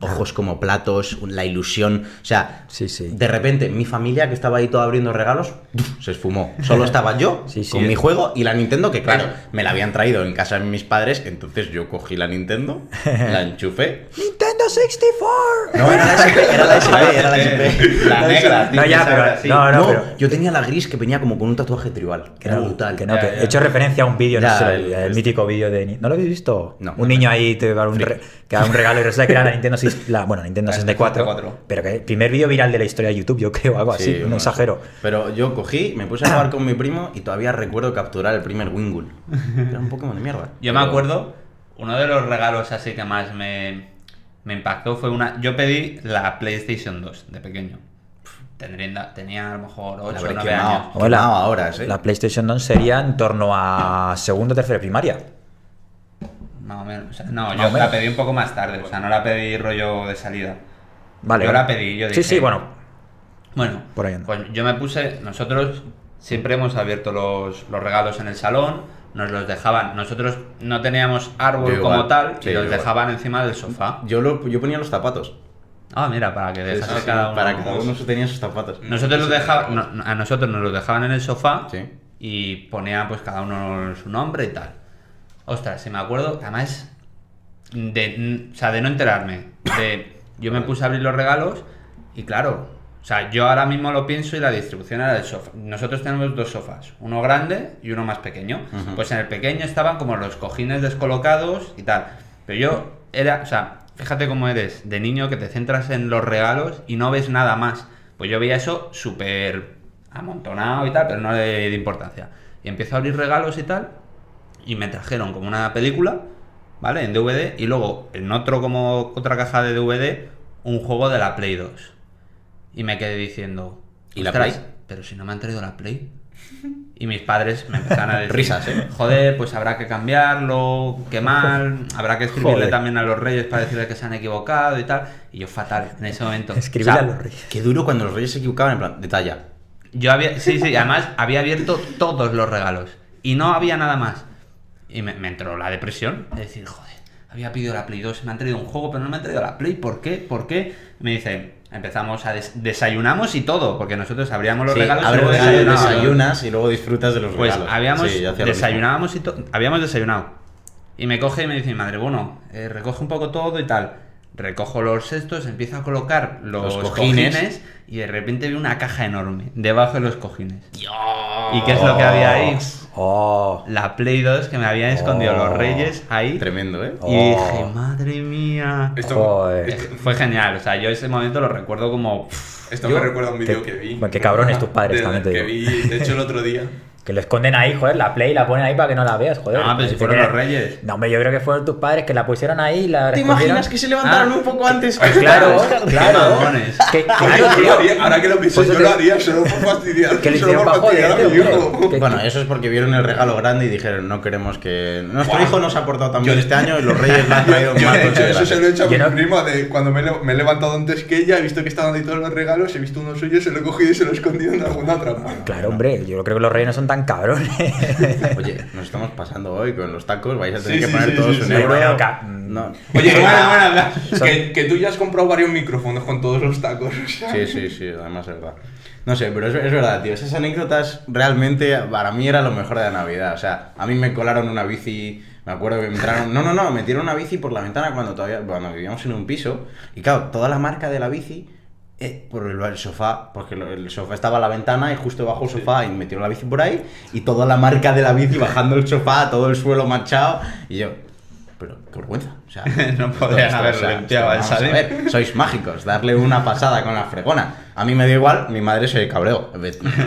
A: ojos como platos, la ilusión, o sea,
C: Sí, sí.
A: de repente mi familia que estaba ahí toda abriendo regalos se esfumó. Solo estaba [laughs] yo
C: Sí, sí.
A: con mi juego y la Nintendo que claro, me la habían traído en casa de mis padres, entonces yo cogí la Nintendo, [laughs] la enchufé.
C: Nintendo 64.
A: No, era la SP, era la SP, era la SP.
D: La negra,
C: [laughs]
D: tío,
C: No, ya,
D: esa
C: pero-
D: era así.
C: no,
A: No,
C: pero-
A: yo tenía la gris que venía como con un tatuaje tribal, que era
C: no,
A: brutal.
C: Que no,
D: Ya,
C: que
D: ya.
C: he hecho referencia a un vídeo, no
A: Ya,
C: sé, el,
A: el-
C: el mítico vídeo de. Ni- ¿No lo habéis visto?
A: No.
C: Un niño ahí te da un,
A: Friki.
C: re- que da un regalo y resulta que era la Nintendo 6, la, bueno, Nintendo
D: La
C: 64,
D: 64.
C: Pero que el primer vídeo viral de la historia de YouTube, yo creo, algo
A: Sí,
C: así, no
A: bueno.
C: exagero.
A: Pero yo cogí, me puse a jugar con mi primo y todavía recuerdo capturar el primer Wingull. Era un Pokémon de mierda.
D: [laughs] Yo me
A: Pero-
D: acuerdo, uno de los regalos así que más me, me impactó fue una. Yo pedí la PlayStation 2 de pequeño. Tendría, tenía a lo mejor
A: La
D: 8 o
A: habré
D: 9
A: quemado.
D: años.
A: Hola. No, ahora, sí.
C: La PlayStation 2 sería en torno a segundo o tercero de primaria.
D: Más o menos. o sea, no,
C: Más
D: yo
C: o menos.
D: la pedí un poco más tarde, o sea, no la pedí rollo de salida.
C: Vale.
D: Yo la pedí, yo dije.
C: Sí, sí, bueno.
D: Bueno,
C: Por ahí anda.
D: pues yo me puse, nosotros siempre hemos abierto los, los regalos en el salón, nos los dejaban, nosotros no teníamos árbol
A: Yo
D: como
A: igual,
D: tal,
A: sí,
D: y
A: yo
D: los
A: igual.
D: dejaban encima del sofá.
A: Yo, lo, yo ponía los zapatos.
D: Ah, mira, para que dejase
A: Sí,
D: cada uno.
A: Para cada uno tenía sus zapatos.
D: Nosotros los dejaba- no- no, a nosotros nos los dejaban en el sofá
A: Sí.
D: y ponía pues cada uno su nombre y tal. Ostras, si me acuerdo, además de, o sea, de no enterarme. de- yo me puse a abrir los regalos y claro, o sea, yo ahora mismo lo pienso y la distribución era del sofá. Nosotros tenemos dos sofás, uno grande y uno más pequeño.
A: Ujú.
D: Pues en el pequeño estaban como los cojines descolocados y tal. Pero yo era, o sea, fíjate cómo eres de niño que te centras en los regalos y no ves nada más. Pues yo veía eso súper amontonado y tal, pero no le di importancia. Y empiezo a abrir regalos y tal y me trajeron como una película, ¿vale? En DVD y luego en otro como otra caja de DVD un juego de la Play 2. Y me quedé diciendo,
A: ¿Y la
D: "Ostras,
A: Play?
D: Pero si no me han traído la Play. Y mis padres me empezaron a decir,
A: Risas, ¿eh?
D: joder, pues habrá que cambiarlo, qué mal, habrá que escribirle
C: Joder.
D: también a los reyes para decirle que se han equivocado y tal. Y yo fatal en ese momento.
C: Escribirle
D: O sea,
C: a los reyes.
A: Qué duro cuando los reyes se equivocaban, en plan, de talla.
D: yo había, sí, sí, además había abierto todos los regalos y no había nada más. Y me, me entró la depresión de decir, joder, había pedido la Play 2, me han traído un juego, pero no me han traído la Play, ¿por qué? ¿Por qué? Me dice, empezamos a des- desayunamos y todo, porque nosotros abríamos los
A: Sí,
D: regalos y
A: abres
D: luego
A: el regalo,
D: desayunábamos.
A: desayunas y luego disfrutas de los
D: Pues
A: regalos.
D: habíamos
A: Sí, yo hacía lo mismo.
D: desayunábamos y to- habíamos desayunado. Y me coge y me dice mi madre, bueno, eh, recoge un poco todo y tal. Recojo los cestos, empiezo a colocar los,
A: Los
D: cojines.
A: cojines.
D: y de repente veo una caja enorme debajo de los cojines. ¿Y qué es lo que había ahí?
C: Oh.
D: La Play 2 que me habían escondido
C: Oh.
D: los reyes ahí.
A: Tremendo, ¿eh?
D: Y
C: Oh.
D: dije, madre mía.
B: Esto,
C: Joder.
B: esto,
D: Fue genial, o sea, yo ese momento lo recuerdo como... pff,
B: esto
C: Yo-
B: me recuerda a un vídeo
C: que-
B: que vi.
C: bueno, que cabrones tus padres,
B: De-
C: también te
B: que
C: digo.
B: vi, de hecho, el otro día.
C: Que lo esconden ahí, joder, la play la ponen ahí para que no la veas, joder.
D: Ah, pero
C: Parece
D: si fueron
C: que-
D: los Reyes.
C: No, hombre, yo creo que fueron tus padres que la pusieron ahí y la
A: ¿Te
C: escondieron.
A: imaginas que se levantaron
D: Ah.
A: un poco antes?
C: [laughs]
A: [laughs]
C: Claro,
D: Qué
C: claro.
D: mamones.
C: Que-
B: Porque
C: claro,
B: yo lo
C: tío.
B: haría- ahora que lo pienso,
C: Pues
B: yo
C: te-
B: lo haría solo por fastidiar.
C: Que le
B: solo
C: hicieron
B: por
C: pa'
B: fastidiar a
C: joderte,
B: mi
C: hombre.
B: hijo.
C: Que-
A: Bueno, eso es porque vieron el regalo grande y dijeron, no queremos que... Nuestro
B: Buah.
A: hijo nos ha portado tan
B: Yo-
A: bien este año y
B: [laughs]
A: los reyes le han traído
B: Yo
A: mal
B: he hecho
A: coche de
B: eso,
A: la-
B: se lo he hecho a
C: Yo
B: mi
C: no-
B: prima de cuando me, le- me he levantado antes que ella, he visto que estaban ahí todos los regalos, he visto uno suyo, se lo he cogido y se lo he escondido en alguna
C: [laughs]
B: trampa.
C: Claro, hombre, yo creo que los reyes no son tan cabrones.
A: Oye, nos estamos pasando hoy con los tacos, vais a tener
B: Sí,
A: que
B: sí,
A: poner
B: sí,
A: todos
B: sí,
A: un
B: sí.
A: euro.
C: Bueno, ca-
A: No.
B: Oye,
D: Son-
B: bueno, bueno, habla.
C: ah, son-
B: que, que tú ya has comprado varios micrófonos con todos los tacos. o
A: [laughs]
B: sea.
A: Sí, sí, sí, además es verdad. No sé, pero es, es verdad, tío. Esas anécdotas realmente para mí era lo mejor de la Navidad. O sea, a mí me colaron una bici. Me acuerdo que me entraron. No, no, no, me tiraron una bici por la ventana cuando todavía. Bueno, vivíamos en un piso. Y claro, toda la marca de la bici. eh, por el, el sofá, porque lo- el sofá estaba a la ventana y justo bajo el sofá y metieron la bici por ahí y toda la marca de la bici bajando el sofá, todo el suelo manchado y yo, pero qué vergüenza, o sea,
D: [laughs] No podrían
A: esto,
D: haberlo limpiado al
A: vamos a
D: salir.
A: ver, sois mágicos, darle una pasada con la fregona. A mí me da igual, mi madre se cabreó. Normal,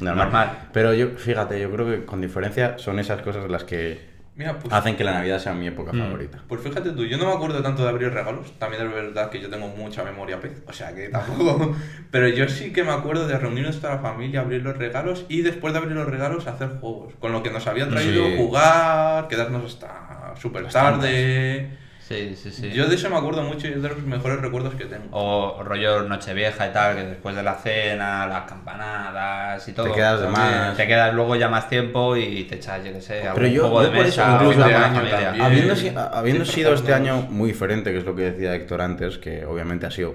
A: normal.
D: Normal.
A: Pero yo, fíjate, yo creo que con diferencia son esas cosas las que
B: Mira, pues,
A: hacen que la Navidad sea mi época
D: Mm.
A: favorita.
B: pues fíjate tú, yo no me acuerdo tanto de abrir regalos. También es verdad que yo tengo mucha memoria pez. O sea que tampoco. [laughs] Pero yo sí que me acuerdo de reunirnos toda la familia, abrir los regalos y después de abrir los regalos hacer juegos. Con lo que nos habían traído
A: Sí.
B: jugar, quedarnos hasta súper tarde.
D: Sí, sí, sí.
B: Yo de eso me acuerdo mucho y es de los mejores recuerdos que tengo.
C: Oh.
D: O rollo Nochevieja y tal, que después de la cena, las campanadas y todo.
A: quedas de
D: también
A: más.
D: Te quedas luego ya más tiempo y te echas, yo qué sé, algún
A: Pero yo-
D: juego
A: yo
D: de
A: por eso
D: mesa.
A: incluso
D: algún
A: la
D: de
A: mano
D: familia.
B: también.
D: Ah,
A: Habiendo,
B: Sí,
A: si- a- habiendo
B: siempre
A: sido este
B: jugamos.
A: año muy diferente, que es lo que decía Héctor antes, que obviamente ha sido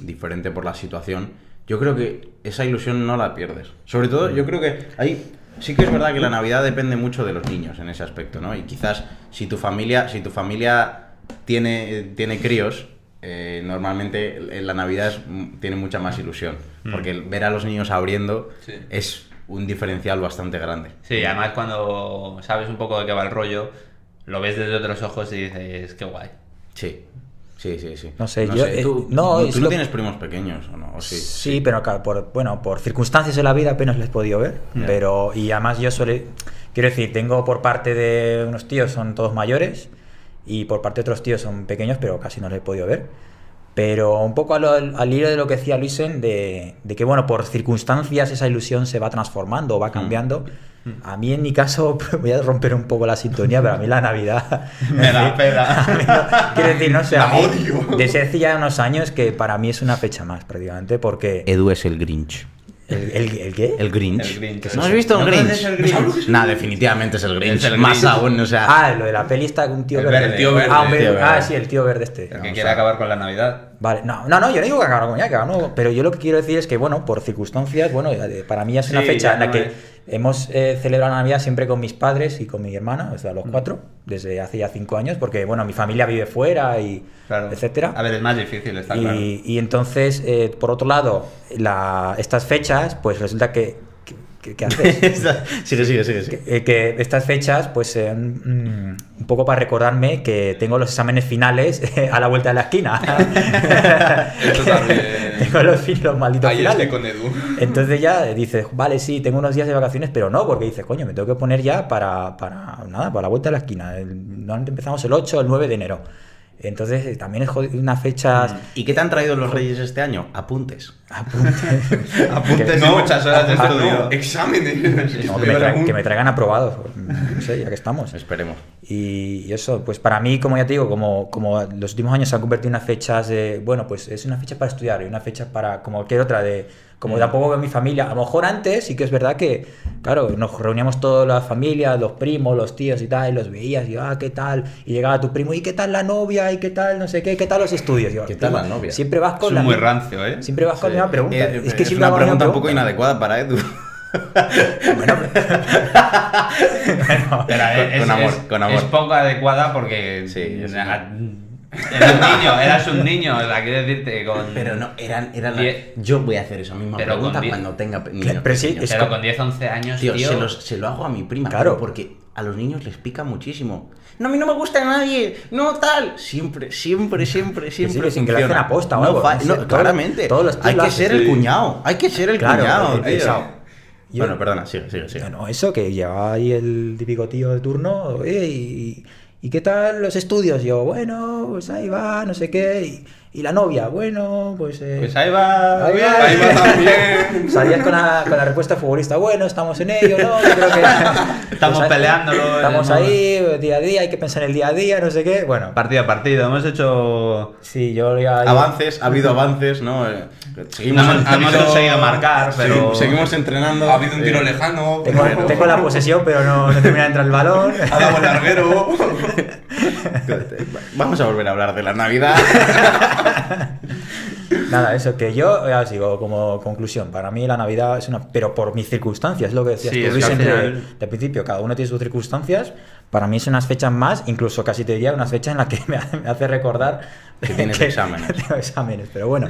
A: diferente por la situación, yo creo que esa ilusión no la pierdes. Sobre todo, yo creo que ahí sí que es verdad que la Navidad depende mucho de los niños en ese aspecto, ¿no? Y quizás si tu familia, si tu familia tiene, tiene críos, eh, normalmente en la Navidad es- m- tiene mucha más ilusión, porque el ver a los niños abriendo
B: Mm. Sí.
A: es un diferencial bastante grande.
D: Sí, además cuando sabes un poco de qué va el rollo, lo ves desde otros ojos y dices,
A: [laughs]
D: qué guay.
A: Sí, sí, sí, sí.
C: No sé, yo- eh,
A: tú,
C: no,
A: tú
C: es
A: no
C: lo-
A: tienes primos pequeños, ¿o no? ¿O sí?
C: Sí, pero claro, por, bueno, por circunstancias de la vida apenas les he podido ver.
A: Ya.
C: Pero, y además yo suele. Quiero decir, tengo por parte de unos tíos, son todos mayores. Y por parte de otros tíos son pequeños, pero casi no les he podido ver. Pero un poco al, al hilo de lo que decía Luisen, de, de que, bueno, por circunstancias esa ilusión se va transformando,
A: Mm.
C: va cambiando. A mí, en mi caso, [laughs] voy a romper un poco la sintonía, pero a mí la
A: [laughs]
C: Navidad.
D: Me la pela.
C: [laughs] Quiero decir, no sé. a
B: La
C: mí-
B: odio.
C: Desde hace ya unos años que para mí es una fecha más, prácticamente, porque.
A: Edu es el Grinch.
C: ¿El, el, el qué?
A: ¿El Grinch?
D: El Grinch.
A: ¿No has visto un
D: ¿No
A: Grinch?
D: conoces el Grinch?
A: No, Nah, definitivamente es el Grinch.
D: Es el
A: Más
D: Grinch.
A: aún, o sea...
C: ah, lo de la peli está con un tío
D: El
C: verde.
D: verde, el tío
C: Ah,
D: verde,
C: un
A: el tío
C: ah,
A: verde.
C: sí, el tío verde este.
D: El
A: Vamos
D: que
A: a
D: quiere
A: ver.
D: acabar con la Navidad.
C: Vale, no, no, no, yo no digo que acabara con ella, que acabara, no, pero yo lo que quiero decir es que, bueno, por circunstancias, bueno, eh, para mí ya es una
D: Sí,
C: fecha
D: ya
C: en la
D: no
C: que
D: es.
C: hemos eh, celebrado la Navidad siempre con mis padres y con mi hermana, o sea,
D: Mm.
C: los cuatro, desde hace ya cinco años, porque, bueno, mi familia vive fuera y
D: Claro.
C: etcétera.
D: A ver, es más difícil, está
C: y,
D: claro.
C: y entonces, eh, por otro lado, la- estas fechas, pues resulta que... que- que- que haces?
A: [laughs]
B: [laughs]
A: sigue, sigue, sigue. sigue.
C: que, eh, que estas fechas, pues eh, mm, un poco para recordarme que tengo los exámenes finales eh, a la vuelta de la esquina.
B: [laughs] Eso también.
C: [laughs] tengo los, fin- los malditos
B: Ahí
C: finales.
B: estoy con
C: [laughs]
B: Edu.
C: Entonces ya dices, vale, sí, tengo unos días de vacaciones, pero no, porque dices, coño, me tengo que poner ya para, para nada, para la vuelta de la esquina. El- Normalmente empezamos el 8 o el 9 de enero. Entonces eh, también es jod- unas fechas...
B: Mm.
A: ¿Y qué te han traído los reyes este año? Apuntes.
C: Apuntes.
D: Apuntes y
B: No,
D: muchas horas de
B: ah,
D: estudio.
B: no, exámenes.
C: No, que, me tra- que me traigan aprobados. pues, No sé, ya que estamos.
A: Esperemos.
C: Y eso, pues para mí, como ya te digo, como, como los últimos años se han convertido en unas fechas de, bueno, pues es una fecha para estudiar y una fecha para, como cualquier otra, de,
A: Mm.
C: como tampoco con mi familia, a lo mejor antes sí que es verdad que, claro, nos reuníamos todas las familias, los primos, los tíos y tal, y los veías y, ah, ¿qué tal? Y llegaba tu primo, ¿y qué tal la novia? ¿Y qué tal no sé qué? ¿Qué tal los estudios? Y yo,
A: ¿Qué tal la
C: primo,
A: novia?
C: Siempre vas con
D: Es
C: la
D: muy
C: mi-
D: rancio, ¿eh?
C: Siempre vas con la misma pregunta.
A: Eh,
C: es que
A: es
C: siempre
A: una
C: hago la misma
A: pregunta un poco
C: pregunta.
A: inadecuada para Edu.
C: Bueno,
D: Pero
A: Con-
D: es,
A: con amor,
D: es-
A: con amor.
D: es poco adecuada porque.
A: Sí, es-
D: Ah, Eras un niño, eras un niño, o sea, quiero decirte, con.
A: [laughs] Pero no, eran... eran
D: Die-
A: la... Yo voy a hacer esa misma
D: Pero con
A: pregunta
D: die-
A: cuando tenga pe-
C: Claro,
A: niños
C: pero sí,
A: pequeños.
C: es-
D: Pero con 10, 11 años, tío.
A: Tío, se, los- se lo hago a mi prima.
C: Claro.
A: pero Porque a los niños les pica muchísimo. No, a mí no me gusta a nadie. No tal. Siempre, siempre, siempre, siempre.
C: sí, sin que lo
A: funciona.
C: hacen aposta o
A: No
C: algo,
A: fa-
C: no sé,
A: no,
C: todo-
A: claramente.
C: todos los tíos
A: Hay
C: lo
A: que
C: hacen.
A: ser el
B: Sí.
A: cuñado. Hay que ser el
C: Claro,
A: cuñado.
C: el
A: tío.
C: pesado. Yo-
A: Bueno, perdona, sigue, sigue, sigue.
C: No, no, eso que llegaba ahí el típico tío de turno, "Oye, ¿y, y qué tal los estudios? Yo, bueno, pues ahí va, no sé qué. Y, y la novia, bueno, pues... eh,
D: Pues ahí va.
C: ahí va".
B: Ahí va también.
C: [laughs] Salías con la, con la respuesta futbolista, bueno, estamos en ello, ¿no? Yo creo que...
D: [laughs]
C: Pues
D: Estamos
C: ahí-
D: peleándolo,
C: Estamos
D: ¿no?
C: ahí, día a día, hay que pensar en el día a día, no sé qué. Bueno,
D: Partido a partido, hemos hecho.
C: sí, yo ya...
A: Avances, ha habido avances, ¿no? Eh,
D: No,
A: Seguimos,
D: hemos- no
A: ha
D: hemos
A: habido-
D: conseguido marcar, pero.
A: Sí, seguimos entrenando.
B: Ha habido un tiro
A: Eh,
B: lejano.
C: Tengo,
B: pero- [laughs]
C: tengo la posesión, pero no, no termina de entrar el balón.
D: [laughs]
B: Ha dado el larguero.
C: [laughs]
A: Vamos a volver a hablar de la Navidad.
B: [laughs]
C: Nada, eso que yo, ya os digo, como conclusión, para mí la Navidad es una. Pero por mis circunstancias, es lo que decías
D: Sí,
C: tú,
D: es
C: Luis,
D: que al
C: entre-
D: final-
C: de principio, cada uno tiene sus circunstancias. Para mí es unas fechas más, incluso casi te diría unas fechas en las que [laughs] me hace, me hace recordar
A: Que tienes exámenes.
C: que [laughs] tengo exámenes. Pero bueno,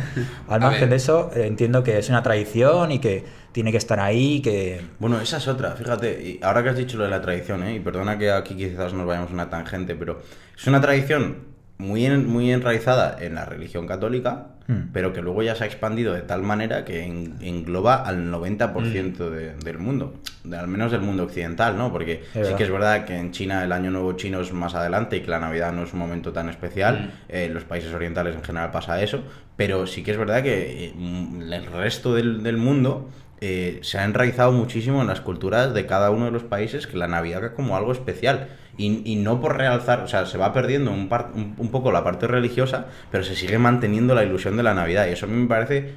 C: al
B: A
C: margen
B: ver.
C: de eso, eh, entiendo que es una tradición y que tiene que estar ahí, que.
A: Bueno, esa es otra, fíjate, y ahora que has dicho lo de la tradición, ¿eh? y perdona que aquí quizás nos vayamos a una tangente, pero es una tradición muy, en- muy enraizada en la religión católica,
C: Hmm.
A: pero que luego ya se ha expandido de tal manera que en- engloba al 90% de- del mundo, de- al menos del mundo occidental, ¿no? Porque sí
C: verdad.
A: que es verdad que en China el Año Nuevo chino es más adelante y que la Navidad no es un momento tan especial, eh, en los países orientales en general pasa eso, pero sí que es verdad que eh, mm, el resto del, del mundo... eh, se ha enraizado muchísimo en las culturas de cada uno de los países que la Navidad como algo especial. Y, y no por realzar, o sea, se va perdiendo un, par- un, un poco la parte religiosa, pero se sigue manteniendo la ilusión de la Navidad. Y eso a mí me parece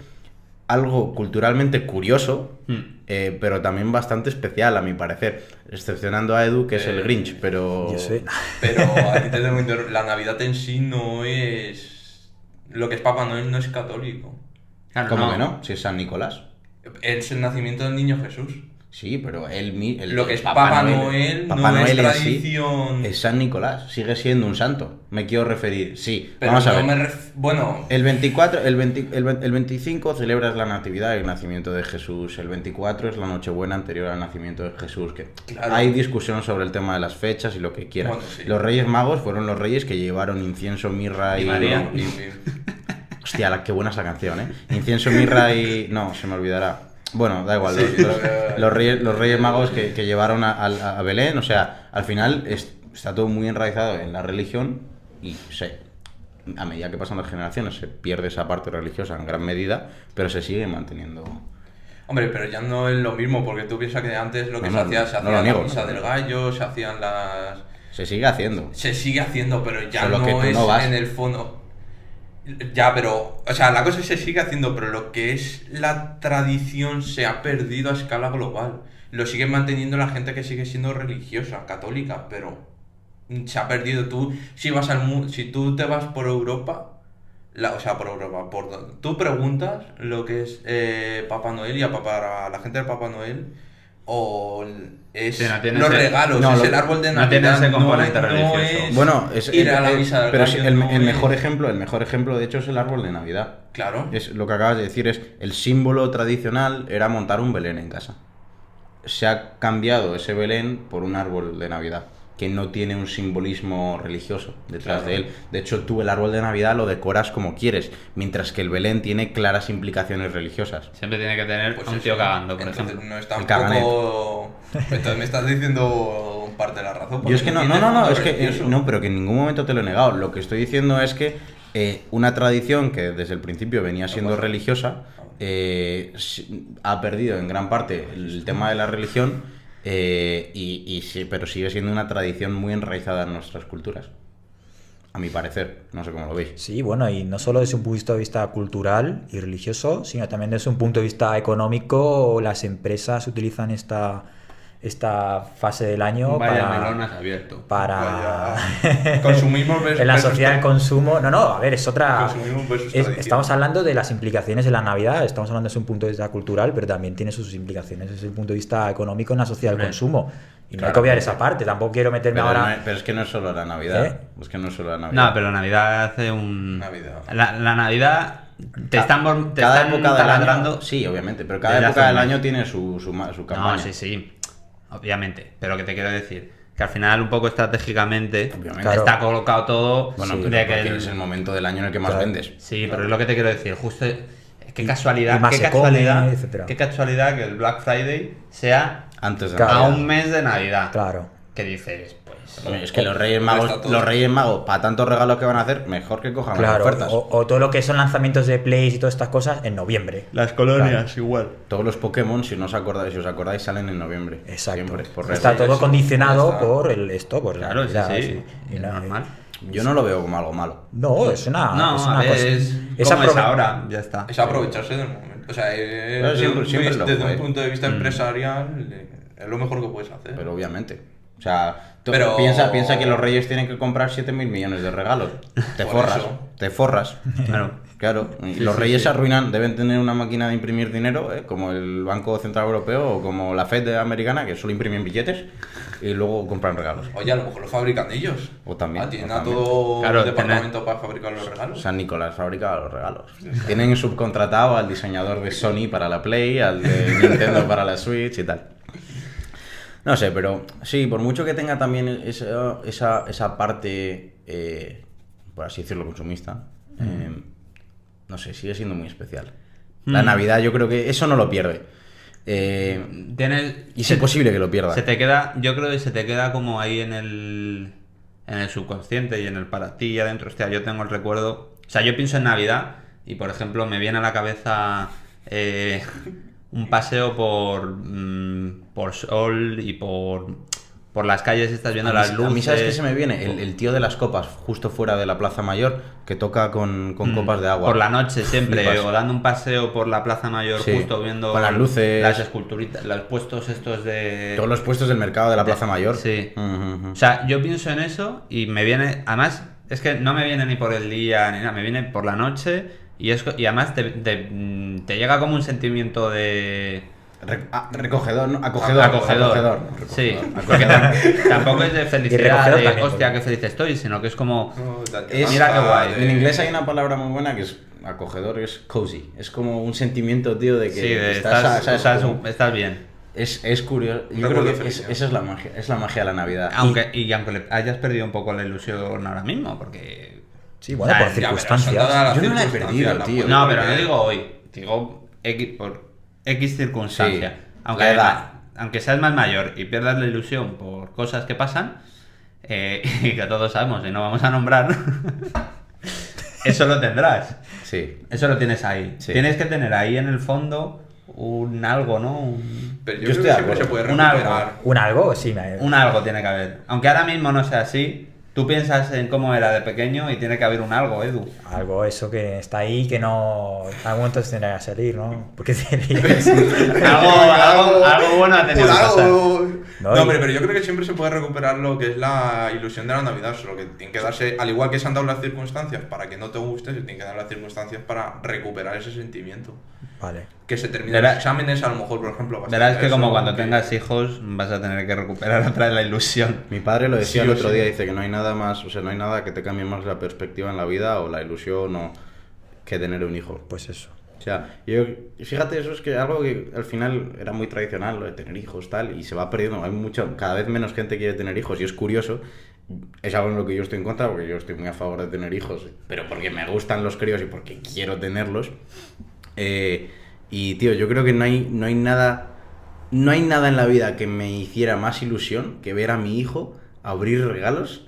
A: algo culturalmente curioso,
D: Hmm.
A: eh, pero también bastante especial, a mi parecer. Excepcionando a Edu, que es el
B: Eh,
A: Grinch, pero.
C: Yo sé.
B: Pero aquí te tengo que interrumpir. La Navidad en sí no es. Lo que es Papá Noel no es católico. Ah,
D: Claro,
A: ¿Cómo que no? Si es San Nicolás.
B: Es el nacimiento del niño Jesús.
A: Sí, pero él. mi- el-
B: Lo que es
A: Papá
B: Papá Noel no es
A: en sí
B: tradición.
A: es San Nicolás, sigue siendo un santo. Me quiero referir, sí.
B: Pero
A: vamos a
B: no
A: ver.
B: me ref- Bueno,
A: El 24, el, 20 el, ve- el 25 celebras la natividad y el nacimiento de Jesús. El 24 es la nochebuena anterior al nacimiento de Jesús. Que
B: Claro.
A: Hay discusión sobre el tema de las fechas y lo que quieras.
B: Bueno, sí.
A: Los reyes magos fueron los reyes que llevaron incienso, mirra y...
D: Y María.
B: y-
A: y-
B: y-
A: Hostia, la- qué buena esa canción, ¿eh? Incienso, mirra y... No, se me olvidará. Bueno, da igual.
B: Sí,
A: los, los-
B: lo que-
A: los reyes, los reyes magos que, que llevaron a, a- a Belén. O sea, al final es- está todo muy enraizado en la religión y se, a medida que pasan las generaciones se pierde esa parte religiosa en gran medida, pero se sigue manteniendo.
B: Hombre, pero ya no es lo mismo, porque tú piensas que antes lo que
A: No,
B: se
A: no,
B: hacía, se
A: no lo
B: hacía la
A: niego.
B: misa del gallo, se hacían las.
A: Se sigue haciendo.
B: Se sigue haciendo, pero ya
A: Solo que
B: no
A: tú
B: es
A: no vas.
B: en el fondo. Ya, pero. O sea, la cosa se sigue haciendo, pero lo que es la tradición se ha perdido a escala global. Lo sigue manteniendo la gente que sigue siendo religiosa, católica, pero. Se ha perdido. Tú, si vas al mu- si tú te vas por Europa. la- o sea, por Europa, por do- Tú preguntas lo que es eh, Papá Noel y a, papá, a la gente de Papá Noel. O el- es
D: Sí, no tiene
B: los
D: ese-
B: regalos,
A: no,
B: es
A: lo-
B: el árbol de
D: no tiene
B: Navidad,
D: ese componente
B: no es-
D: religioso.
A: Bueno, es,
B: ir a la
A: el-
B: misa del
A: pero es
B: gallo,
A: el,
B: no
A: el
B: es-
A: mejor ejemplo, el mejor ejemplo de hecho es el árbol de Navidad.
B: Claro.
A: Es lo que acabas de decir es el símbolo tradicional era montar un Belén en casa. Se ha cambiado ese Belén por un árbol de Navidad que no tiene un simbolismo religioso detrás
B: Claro.
A: de él. De hecho, tú el árbol de Navidad lo decoras como quieres, mientras que el Belén tiene claras implicaciones religiosas.
D: Siempre tiene que tener
B: Pues
D: a un
B: eso.
D: tío cagando, por
B: Entonces,
D: ejemplo.
B: No es
A: El
B: tampoco... Entonces me estás diciendo parte de la razón. porque
A: Yo es que no, no,
B: tiene
A: no, no,
B: fondo
A: es que eh,
B: religioso.
A: no, pero que en ningún momento te lo he negado. Lo que estoy diciendo es que eh, una tradición que desde el principio venía siendo
B: pasa.
A: religiosa
B: Ah,
A: eh, si- ha perdido en gran parte el tema de la religión, eh, y, y sí- pero sigue siendo una tradición muy enraizada en nuestras culturas. A mi parecer, no sé cómo lo veis.
C: Sí, bueno, y no solo desde un punto de vista cultural y religioso, sino también desde un punto de vista económico, las empresas utilizan esta, esta fase del año
D: Vaya
C: para...
D: melón has abierto.
A: [laughs]
C: para... [laughs]
B: Vaya. Consumismo versus-
C: en la
B: versus
C: sociedad del
B: tra-
C: consumo. No, no, a ver, es otra...
B: Consumismo versus
C: es-
B: tradición.
C: estamos hablando de las implicaciones de la Navidad, estamos hablando desde un punto de vista cultural, pero también tiene sus implicaciones desde el punto de vista económico en la sociedad del
D: Hombre,
C: consumo. Y no hay que
A: claro.
C: obviar esa parte, tampoco quiero meterme
A: Pero,
C: ahora...
A: no es- pero es que no es solo la Navidad.
C: ¿Eh?
A: Es que no es solo la Navidad.
D: No, pero Navidad hace un.
B: Navidad.
D: La, la Navidad. Te
A: Ca-
D: están, bor- te
A: cada
D: están
A: época del año,
D: taladrando-
A: sí, obviamente, pero cada
D: desde
A: época
D: hace
A: del
D: un
A: año
D: año.
A: tiene su, su, ma- su campaña.
D: No, sí, sí. Obviamente. Pero que te quiero decir. Que al final, un poco estratégicamente,
A: Obviamente.
C: Claro.
D: está colocado todo.
A: Bueno,
D: de
A: pero
D: que
A: porque
D: el-
A: es el momento del año en el que más
C: Claro.
A: vendes.
D: Sí, pero es lo que te quiero decir. Justo. es- Qué casualidad.
C: y más
D: qué
C: se come,
D: casualidad.
C: etcétera.
D: qué casualidad que el Black Friday sea
A: Antes de
C: Claro.
A: Navidad.
D: a un mes de Navidad.
C: Claro.
D: Que dices, pues.
A: Oye, Es que los Reyes Magos,
B: Está todo.
A: los Reyes Magos, para tantos regalos que van a hacer, mejor que cojan
C: Claro,
A: las ofertas.
C: o, o todo lo que son lanzamientos de plays y todas estas cosas en noviembre.
D: Las
C: colonias,
D: igual.
A: Todos los Pokémon, si no os acordáis, si os acordáis, salen en noviembre.
C: Exacto.
A: Siempre, por redes.
C: está todo condicionado
B: está.
C: por el esto, por la
D: Claro, sí,
C: Navidad,
D: sí.
C: sí.
D: Es
C: Y no-
D: normal.
A: Yo no lo veo como algo malo.
C: No, es una,
D: No,
C: Ah, es
D: a
C: una
D: ver,
C: cosa.
D: es
C: es
D: como es
C: aprove-
D: ahora, ya está.
B: Es aprovecharse del momento. O sea, eh,
A: Pero
B: desde
A: siempre-
B: un-
A: siempre ¿eh? lo
B: desde
A: fue.
B: un punto de vista empresarial eh, es lo mejor que puedes hacer.
A: Mm. Pero obviamente. O sea, tú
B: Pero-
A: piensa, piensa que los Reyes tienen que comprar 7.000 millones de regalos. Te
B: Por
A: forras.
B: eso.
A: Te forras.
D: Claro.
A: Claro, y los reyes se arruinan, deben tener una máquina de imprimir dinero, ¿eh? como el Banco Central Europeo o como la Fed americana, que solo imprimen billetes y luego compran regalos.
B: Oye, a lo mejor lo fabrican ellos.
A: O también,
B: Ah, tienen
A: o
B: a
A: también.
B: todo
D: Claro,
B: un departamento para fabricar los regalos.
A: San Nicolás fabrica los regalos. Tienen subcontratado al diseñador de Sony para la Play, al de
D: [laughs]
A: Nintendo para la Switch y tal. No sé, pero sí, por mucho que tenga también esa, esa, esa parte eh, por así decirlo, consumista, eh, no sé, sigue siendo muy especial.
D: Mm.
A: La Navidad yo creo que eso no lo pierde. Eh,
D: Tiene-
A: y es
D: se-
A: imposible que lo pierda.
D: Se te queda, yo creo que se te queda como ahí en el, en el subconsciente y en el para ti y adentro. Hostia, yo tengo el recuerdo. O sea, yo pienso en Navidad y, por ejemplo, me viene a la cabeza eh, un paseo por, mm, por Sol y por, por las calles, estás viendo
A: A mí-
D: las
A: a
D: luces.
A: mí, ¿sabes qué se me viene? El, el tío de las copas, justo fuera de la Plaza Mayor, que toca con, con copas de agua.
D: Mm. Por la noche siempre,
A: Flipas.
D: o dando un paseo por la Plaza Mayor,
A: Sí,
D: justo viendo
A: con las luces.
D: las esculturitas, los puestos estos de.
A: Todos los puestos del mercado de la
D: de-
A: Plaza Mayor.
D: sí.
A: Ujú, ujú.
D: O sea, yo pienso en eso y me viene. Además, es que no me viene ni por el día ni nada, me viene por la noche y, es, co- y además te, te- mm, te llega como un sentimiento de.
A: Re- ah, recogedor, ¿no? acogedor.
D: acogedor.
A: acogedor,
D: Sí,
A: acogedor.
D: porque [laughs] tam- tampoco es de felicidad,
C: recogedor
D: de
C: también,
D: hostia,
C: porque-
D: qué feliz estoy, sino que es como.
B: No, da-
A: Es-
D: Mira qué guay.
A: En inglés hay una palabra muy buena que es acogedor, es cozy. Es como un sentimiento, tío, de que
D: sí, de
A: estás-
D: estás,
A: sabes,
D: estás-
A: como-
D: estás bien.
A: Es, es curioso. Yo
B: Recuerdo
A: creo que es-
B: feliz, ¿no?
A: esa es la magia, es la magia de la Navidad.
D: Aunque, y aunque le hayas perdido un poco la ilusión ahora mismo, porque.
C: Sí, bueno, por
D: Ya, pero son
C: circunstancias.
A: Yo no la he perdido, tío.
D: No,
A: Porque-
D: pero no digo hoy, digo X, por X circunstancia.
A: Sí,
D: aunque,
A: la edad.
D: aunque seas más mayor y pierdas la ilusión por cosas que pasan, eh, [laughs] y que todos sabemos y no vamos a nombrar, [laughs] eso lo tendrás.
A: Sí.
D: Eso lo tienes ahí.
A: Sí.
D: Tienes que tener ahí en el fondo un algo, ¿no? Un,
B: Pero yo,
A: Yo
B: creo
A: estoy
B: que
A: de
B: siempre
A: acuerdo.
B: se puede
D: Un algo.
B: recuperar.
C: Un algo, sí. me-
D: un algo tiene que haber. Aunque ahora mismo no sea así, tú piensas en cómo era de pequeño y tiene que haber un
A: [laughs]
D: algo, Edu.
C: Algo eso que está ahí que no. En algún momento tendrá que salir, ¿no? Porque
D: [laughs]
C: sería.
D: algo, algo, algo bueno ha tenido que
A: Pues
B: Claro.
D: pasar.
C: No,
B: No,
C: y-
B: hombre, pero yo creo que siempre se puede recuperar lo que es la ilusión de la Navidad, solo que tienen que darse, al igual que se han dado las circunstancias para que no te guste, se tienen que dar las circunstancias para recuperar ese sentimiento.
C: Vale.
B: Que se terminan
D: Verá-
B: los exámenes, a lo mejor, por ejemplo. vas a
D: Verás
B: hacer
D: que como
B: eso,
D: cuando
B: que-
D: tengas hijos vas a tener que recuperar [laughs] otra vez la ilusión.
A: Mi padre lo decía
B: Sí,
A: el
B: o
A: otro
B: sí.
A: día, dice que no hay nada más, o sea, no hay nada que te cambie más la perspectiva en la vida o la ilusión o que tener un hijo.
C: Pues eso.
A: O sea, yo, fíjate, eso es que algo que al final era muy tradicional, lo de tener hijos, tal, y se va perdiendo. Hay mucho, cada vez menos gente quiere tener hijos, y es curioso. Es algo en lo que yo estoy en contra, porque yo estoy muy a favor de tener hijos, pero porque me gustan los críos y porque quiero tenerlos. Eh, y tío, yo creo que no hay, no hay nada. No hay nada en la vida que me hiciera más ilusión que ver a mi hijo abrir regalos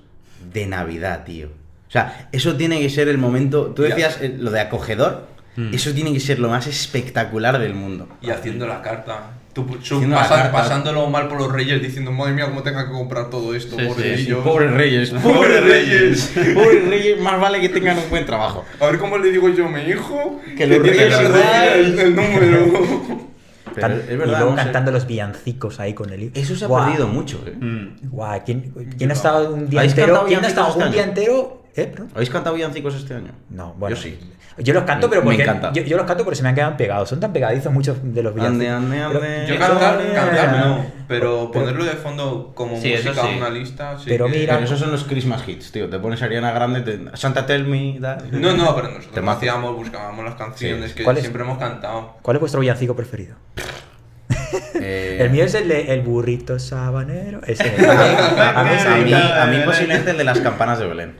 A: de Navidad, tío. O sea, eso tiene que ser el momento. Tú
B: Ya.
A: decías eh, lo de acogedor. Eso tiene que ser lo más espectacular del mundo. [laughs]
B: Y haciendo la carta. Tú su-
A: Haciendo la
B: pasa-
A: carta.
B: pasándolo mal por los reyes, diciendo, madre mía, cómo tenga que comprar todo esto,
D: Sí, sí,
B: pobrecillos".
A: Pobres reyes,
B: Pobres reyes.
A: pobres reyes, más vale que tengan un buen trabajo.
B: A ver cómo le digo yo a mi hijo
A: Que los
B: tiene
A: reyes
B: ser
A: igual.
B: el, el número.
A: Pero
C: Can-
A: es
C: y
A: verdad,
C: luego
A: no sé.
C: cantando los villancicos ahí con el
A: Eso se ha
C: Guau,
A: perdido mucho. ¿eh?
D: Mm.
C: guau, ¿quién, quién ha estado un día
A: ¿Habéis
C: entero?
A: cantado
C: ¿Quién ha estado
A: villancicos
C: un día
A: este
C: entero? ¿Eh? perdón?
A: ¿Habéis cantado villancicos este año?
C: No, bueno.
A: Yo sí.
C: Yo los canto,
A: Me-
C: pero
A: me
C: porque.
A: encanta.
C: yo, yo los canto porque se me han quedado pegados. Son tan pegadizos muchos de los
A: Ande,
C: villancicos.
A: ande,
C: Pero-
A: ande.
B: Yo
A: Eh,
B: cantar,
A: eh,
B: cantar no,
A: eh.
B: pero ponerlo de fondo como
D: Sí, eso
B: música a
D: sí.
B: una lista. sí
C: Pero
B: que-
C: mira-
A: Pero esos son los Christmas hits, tío. Te pones Ariana Grande, te- Santa Tell Me, da-
B: No, no, pero nosotros
A: Temazo.
B: hacíamos, buscábamos las canciones
A: Sí.
B: que
C: ¿Cuál es?
B: siempre hemos cantado.
C: ¿Cuál es vuestro villancico preferido?
A: Eh,
C: El mío es el de El burrito sabanero. Ese.
A: Eh, A mí, a mí, a mí
D: Belén.
A: posiblemente el de las campanas de Belén.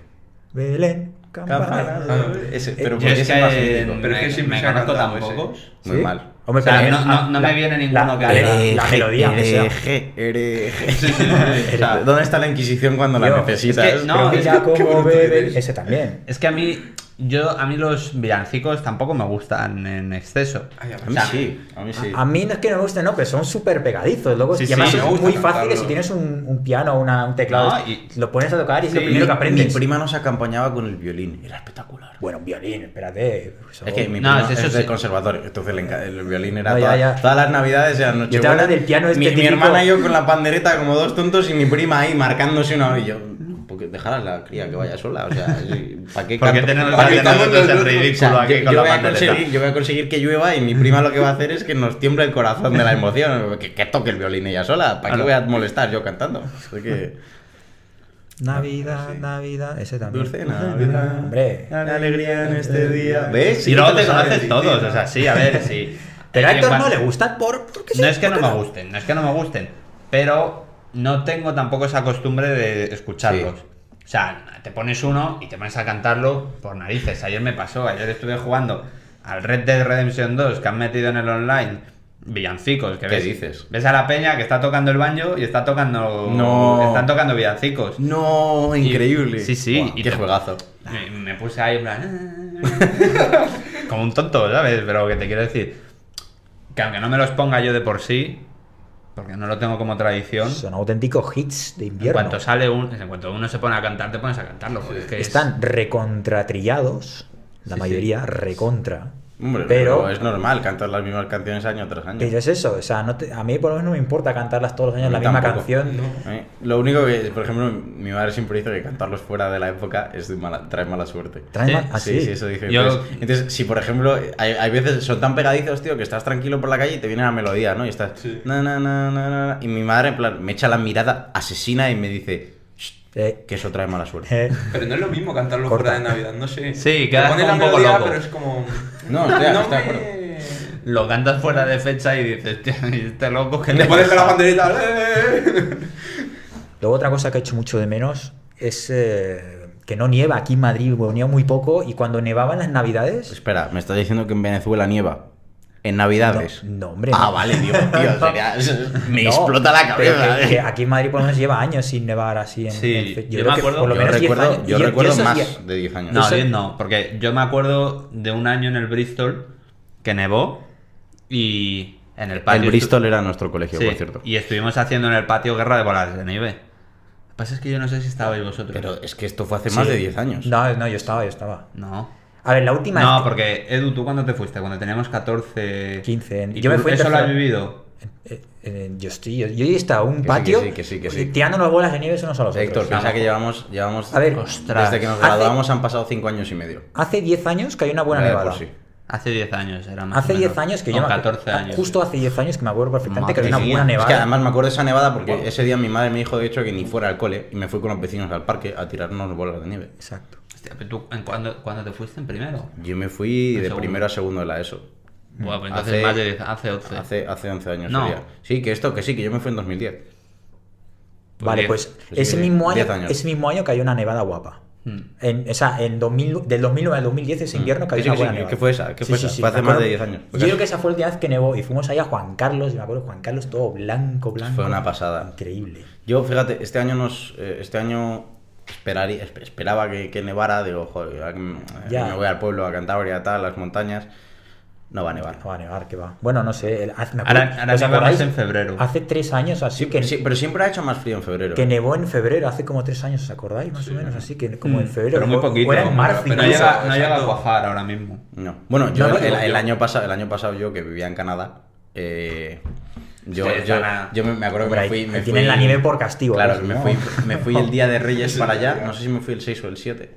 C: Belén, campana.
A: Campanas de Belén.
C: Eh,
A: Ese, pero
D: Yo
A: porque
D: es
A: es el más
D: que
A: mítico.
B: Pero es que
D: me,
B: siempre
D: me
B: se ha
D: conozco tan
B: cantado ese.
D: pocos.
A: Muy
C: ¿Sí?
A: mal.
C: Hombre,
D: O sea,
C: pero-
D: no- no- no
C: la-
D: me viene ninguno
C: la-
D: que
C: la-
D: diga-
C: La melodía, aunque sea.
A: hereje, hereje.
D: Sí, sí, sí. [laughs] O sea,
A: ¿Dónde está la Inquisición cuando la
C: Yo,
A: necesitas?
D: es que no,
C: Pero
D: es
C: mira
B: qué
C: cómo
B: bruto
C: bebe.
B: eres.
C: Ese también.
D: es que a mí, yo, a mí los villancicos tampoco me gustan en exceso.
B: Ay, a
A: A mí sí, a mí sí.
C: A, a mí no es que no me gusten, no, pero son súper pegadizos. Luego,
D: Sí,
C: y
D: sí,
C: además
D: me
C: es
B: gusta
C: muy
B: cantarlo.
C: fácil que si tienes un, un piano o una- un teclado,
D: No, y-
C: lo pones a tocar y es lo
D: Sí,
C: primero que
A: mi
C: aprendes.
A: prima nos acompañaba con el violín. Era espectacular.
C: Bueno, un violín, espérate. pues oh. eso-
A: Es que mi
D: No,
A: prima
D: es- eso
A: es del
D: sí.
A: conservatorio, entonces le enca- el violín era
C: No, ya,
A: toda-
C: ya.
A: todas las navidades eran noche
C: Yo te hablo del piano este
A: mi, mi
C: típico.
A: hermana y yo con la pandereta como dos tontos y mi prima ahí marcándose una y yo porque dejar a la cría que vaya sola, o sea, [laughs] ¿para qué
D: ¿Por qué
A: canto-
D: tenemos
A: pa'
D: que
A: qué
D: tener
A: canto
D: nosotros el
A: nosotros?
D: ridículo
A: O sea,
D: aquí
A: yo,
D: con
A: yo
D: la
A: voy a
D: pandereta?
A: conseguir, yo voy a conseguir que llueva y mi prima lo que va a hacer es que nos tiemble el corazón de la emoción, que, que toque el violín ella sola, ¿para qué
D: Claro.
A: voy a molestar yo cantando? Así que
C: Navidad,
B: Sí.
C: Navidad, ese también.
A: dulce Navidad.
C: Hombre.
A: la alegría en este día. ¿Ves?
D: y luego te
A: Lo sabes,
D: conoces
A: sí,
D: todos,
A: sí.
D: o sea, sí, a ver, sí.
C: Pero a
D: En
C: Héctor no
D: cuanto-
C: le gustan por. Porque sí,
D: No es que no
C: porque
D: me gusten, no es que no me gusten, pero no tengo tampoco esa costumbre de escucharlos.
A: Sí.
D: O O sea, te pones uno y te pones a cantarlo por narices. Ayer me pasó, ayer estuve jugando al Red Dead Redemption 2 que han metido en el online villancicos. Que
A: ¿Qué
D: ves,
A: dices?
D: Ves a la peña que está tocando el baño y está tocando.
A: No.
D: Están tocando villancicos.
A: No, increíble.
D: sí, sí,
A: Buah,
D: y
A: qué
D: te-
A: juegazo.
D: Me, me puse ahí en [laughs] plan... Como un tonto, ¿sabes? Pero que te quiero decir que aunque no me los ponga yo de por sí, porque no lo tengo como tradición,
C: Son auténticos hits de
D: en
C: invierno.
D: cuanto sale un, en cuanto uno se pone a cantar, te pones a cantarlo. Porque es que es-
C: Están recontratrillados, la
D: Sí,
C: mayoría recontra.
A: Hombre, pero,
C: pero,
A: es normal cantar las mismas canciones año tras año.
C: pero es eso, o sea, no te- a mí por lo menos no me importa cantarlas todos los años
A: A
C: la
A: mí
C: misma
A: tampoco.
C: canción.
A: Eh, Lo único que, por ejemplo, mi madre siempre dice que cantarlos fuera de la época es de mala, trae mala suerte.
C: Trae
D: Sí,
C: mal- ah,
A: sí,
C: sí.
A: sí, eso dice.
D: Yo-
A: Entonces, entonces, si por ejemplo, hay, hay veces son tan pegadizos, tío, que estás tranquilo por la calle y te viene la melodía, ¿no? Y estás.
B: Sí.
A: Na, na, na, na, na, na. Y mi madre, en plan, me echa la mirada asesina y me dice "Shh,
C: Eh,
A: que eso trae mala suerte.
C: eh,
B: Pero no es lo mismo cantarlo
C: Corta.
B: fuera de Navidad, no sé.
D: Sí,
B: Te
D: quedas
B: pones
D: como
B: la
D: un poco
B: melodía,
D: loco.
B: Pero es como.
A: No, estoy- estoy de
B: me-
D: Lo cantas fuera de fecha y dices, "Tío, este loco que
B: Le
D: le
B: pones
D: pasa?".
B: la banderita. ¡eh!
C: Luego otra cosa que he hecho mucho de menos es eh, que no nieva aquí en Madrid, bueno, nieva muy poco y cuando nevaba en las navidades...
A: Espera, me estás diciendo que en Venezuela nieva. En Navidades.
C: No, no, hombre,
A: Ah,
C: no.
A: vale, digo,
C: [laughs]
A: tío, sería- me
C: No,
A: explota la
C: pero
A: cabeza.
C: que-
A: eh.
C: que aquí en Madrid por lo menos lleva años sin nevar así. En,
D: Sí,
C: en fe-
D: yo me acuerdo-
C: por lo
A: Yo
C: menos 10
A: recuerdo,
C: años-
A: yo
C: y- y
A: recuerdo
C: esos
A: más
C: die-
A: de 10 años.
D: No,
C: Eso-
D: 10 no, porque yo me acuerdo de un año en el Bristol que nevó y en el patio.
A: el
D: estu-
A: Bristol era nuestro colegio,
D: Sí,
A: por cierto.
D: Y estuvimos haciendo en el patio guerra de bolas de nieve. Lo que pasa es que yo no sé si estabais vosotros.
A: Pero es que esto fue hace
C: Sí.
A: más de 10 años.
C: No, no, yo estaba, yo estaba.
D: No.
C: A ver, la última...
D: No, porque Edu, ¿tú cuándo te fuiste? Cuando teníamos 14...
C: 15, en-
D: ¿Y
C: yo me
D: tú
C: fui en
D: ¿Eso lo has
C: tercero.
D: vivido?
C: Eh, eh, yo estoy, yo, yo he estado en un
A: Que sí,
C: patio
A: que sí, que sí, que sí.
C: tirando las bolas de nieve unos a los
A: Héctor,
C: otros.
A: piensa que llevamos, llevamos
C: A ver,
D: ostras,
A: desde que nos
C: hace-
A: graduamos han pasado 5 años y medio.
C: Hace 10 años que hay una buena
A: Ya de por
C: nevada.
A: pues sí.
D: Hace 10 años, era más
C: Hace
D: o menos.
C: 10 años que
D: No,
C: yo me Ah,
D: 14 años.
C: Justo hace 10 años que me acuerdo perfectamente que
D: Madre
C: había una
A: Sí,
C: buena
A: Es que
C: nevada.
A: además me acuerdo de esa nevada porque
C: Guau.
A: ese día mi madre me dijo, de hecho, que ni fuera al cole y me fui con los vecinos al parque a tirarnos bolas de nieve.
C: Exacto.
D: Hostia, pero tú, ¿en cuándo, cuándo te fuiste en primero?
A: Yo me fui
D: En
A: de
D: segundo.
A: primero a segundo de la ESO.
C: Mm,
D: Buah, pues entonces
A: Hace-
D: más de 10, hace 11.
A: Hace, hace 11 años
D: No.
A: sería. Sí, que esto, que sí, que yo me fui en 2010.
D: Pues
C: vale,
D: diez.
C: pues
A: Pues
C: ese,
A: diez,
C: mismo
A: diez
C: año,
A: años.
C: ese mismo año que hay una nevada guapa.
D: Mm.
C: En, o sea, en 2000, del 2009 al 2010 ese invierno que
A: Sí,
C: había
A: Mm. sí,
C: una
A: sí,
C: buena
A: que-
C: nevada.
A: que fue esa, que fue esa. Fue hace
C: me
A: más de
C: acuerdo-
A: 10 años. Fue
C: Yo creo
A: casi.
C: que esa fue la última vez que nevó y fuimos ahí a Juan Carlos, y me acuerdo Juan Carlos todo blanco, blanco.
A: Fue una pasada.
C: Increíble.
A: Yo, fíjate, este año nos, eh, este año esperaría, esp- esperaba que, que nevara, digo, joder, ya que me eh,
C: Ya.
A: me voy al pueblo, a Cantabria, tal, las montañas, no va a nevar.
C: No va a nevar, que va. Bueno, no sé. el- haz- me
D: Ahora-
C: acuerdo-
D: ahora
C: ¿os
D: nieva
C: acordáis?
D: más en febrero.
C: Hace tres años así que,
A: Sí, pero siempre ha hecho más frío en febrero.
C: que nevó en febrero, hace como tres años, ¿os acordáis? Más o menos así, que como
A: Mm.
C: en febrero.
D: Pero muy
C: o- o
D: poquito.
C: era en marzo
D: pero no
C: incluso.
D: llega, no
B: exacto.
D: llega a cuajar ahora mismo.
A: No. Bueno, yo
C: No, no,
A: el,
C: yo-
A: el
B: yo-
A: año pasado, el año pasado yo que vivía en Canadá, eh, yo,
D: Ustedes
A: yo,
D: van a-
A: yo me, me acuerdo que
C: Hombre,
A: me
C: ahí-
A: fui, me
C: ahí tienen
A: fui-
C: la nieve por castigo, ¿eh?
A: Claro,
C: ¿no?
A: que me fui, me fui el día de Reyes para allá, no sé si me fui el 6 o el 7.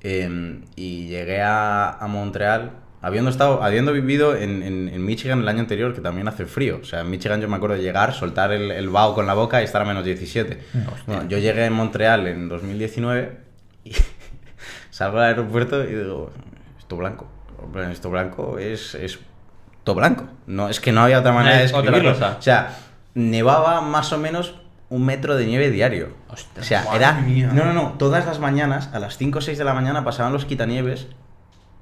A: eh, y llegué a, a Montreal habiendo estado, habiendo vivido en, en- en Michigan el año anterior, que también hace frío. O sea, en Michigan yo me acuerdo de llegar, soltar el, el vaho con la boca y estar a menos 17. Bueno, yo llegué a Montreal en 2019 y [laughs] salgo al aeropuerto y digo, esto blanco. Hombre, Esto blanco es, es todo blanco. No, es que no había otra manera
D: No
A: de
D: hay otra
A: escribirlo.
D: cosa.
A: O sea, nevaba más o menos un metro de nieve diario.
D: Ostras,
A: o
D: [laughs]
A: sea,
B: madre
A: era...
B: mía.
A: No, no, no. Todas las mañanas, a las 5 o 6 de la mañana, pasaban los quitanieves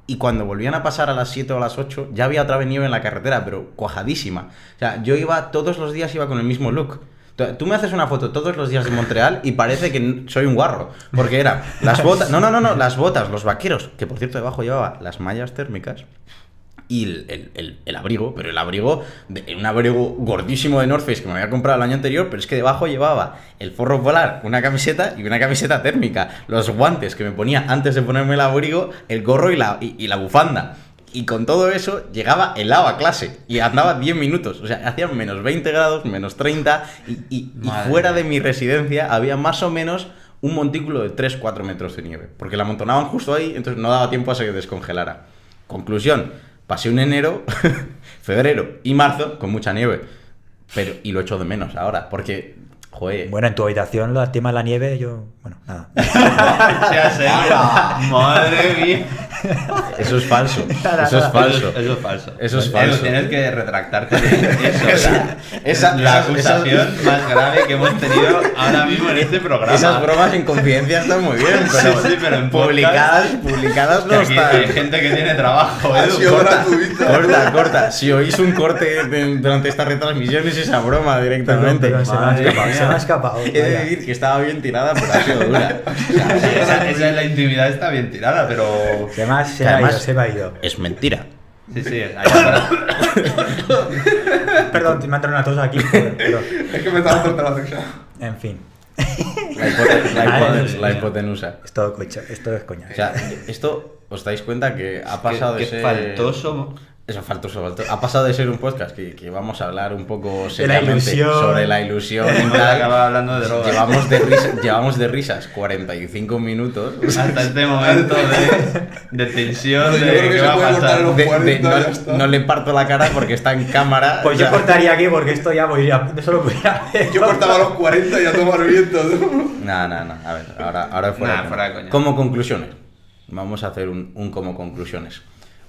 A: y cuando volvían a pasar a las 7 o a las 8, ya había otra vez nieve en la carretera, pero cuajadísima. O sea, yo iba todos los días iba con el mismo look. Tú- Tú me haces una foto todos los días de Montreal y parece que n- soy un guarro. Porque era las botas. No, no, no, no, las botas, los vaqueros. Que por cierto, debajo llevaba las mallas térmicas y el, el- el- el abrigo, pero el abrigo, de- un abrigo gordísimo de North Face que me había comprado el año anterior, pero es que debajo llevaba el forro polar, una camiseta y una camiseta térmica, los guantes que me ponía antes de ponerme el abrigo, el gorro y la, y, y la bufanda. Y con todo eso llegaba helado a clase y andaba 10 minutos, o sea, hacían menos 20 grados, menos 30 y, y- y
D: Madre
A: fuera
D: mía.
A: de mi residencia había más o menos un montículo de 3-4 metros de nieve, porque la amontonaban justo ahí, entonces no daba tiempo a que descongelara. Conclusión, pasé un enero, [laughs] febrero y marzo con mucha nieve. Pero, y lo echo de menos ahora, porque, Joder.
C: Bueno, en tu habitación, la- el tema de la nieve, yo. Bueno, nada. [laughs]
D: Sea serio. Madre mía.
A: Eso es falso. Eso es falso.
D: Eso, es falso.
A: Eso es
D: Edu,
A: falso.
D: tienes que retractarte de eso. o sea,
A: [laughs] Esa-
D: la
A: esas- esas-
D: acusación más grave que hemos tenido ahora mismo en este programa.
A: Esas bromas en confidencia están muy bien, pero,
D: Sí, sí, pero en
A: publicadas, publicadas
D: Que
A: no
D: aquí
A: están.
D: hay gente que tiene trabajo,
B: Ha
D: Edu.
B: sido
D: corta.
B: gratuito.
A: Corta, corta. Si oís un corte de- durante esta retransmisión es esa broma
C: Perdón,
A: directamente.
C: perdón, se me ha
D: madre
C: escapado.
D: mía.
C: Se me ha escapado.
A: [laughs] He de
C: vaya.
A: decir que estaba bien tirada, pero ha sido dura.
D: Esa, esa es la intimidad, está bien tirada, pero.
C: Se me ha, se
A: Que
C: me ha ido,
A: además-
C: se me ha ido.
A: Es mentira.
D: Sí, sí, ahí está.
C: Perdón, te- me ha entrado una tos aquí. joder, perdón.
B: Es que me estaba cortando la sección.
C: En fin,
A: La, hipote- la
C: Ah,
A: hipote-
D: eso
A: la
D: sí.
A: hipotenusa.
C: es todo coño, es todo es coña.
A: O sea, esto os dais cuenta que ha pasado
D: Qué-
A: de
D: qué
A: ser.
D: faltoso.
A: Eso, faltoso, faltoso. Ha pasado de ser un podcast que, que vamos a hablar un poco
C: De la
A: seriamente
C: ilusión.
A: sobre la
C: [laughs]
A: ilusión y
D: Hemos
A: tal.
D: acabado hablando de drogas.
A: Llevamos de, risa- llevamos de risas 45 minutos.
D: Hasta este momento de, de tensión,
B: Yo
D: de
B: creo que
D: qué
B: se
D: va a
B: puede cortar
D: pasar.
B: los-
A: De- de-
B: 40 ya está.
A: no, no le parto la cara porque está en cámara.
C: [laughs] Pues
A: o
C: yo
A: sea,
C: cortaría aquí porque esto ya voy a. Eso lo voy a hacer.
B: Yo cortaba a los 40 y a tomar viento. ¿no?
A: No, no, no. A ver, ahora, ahora fuera,
D: Nah,
A: de
D: fuera de
A: coña.
D: coña.
A: Como conclusiones. Vamos a hacer un, un como conclusiones.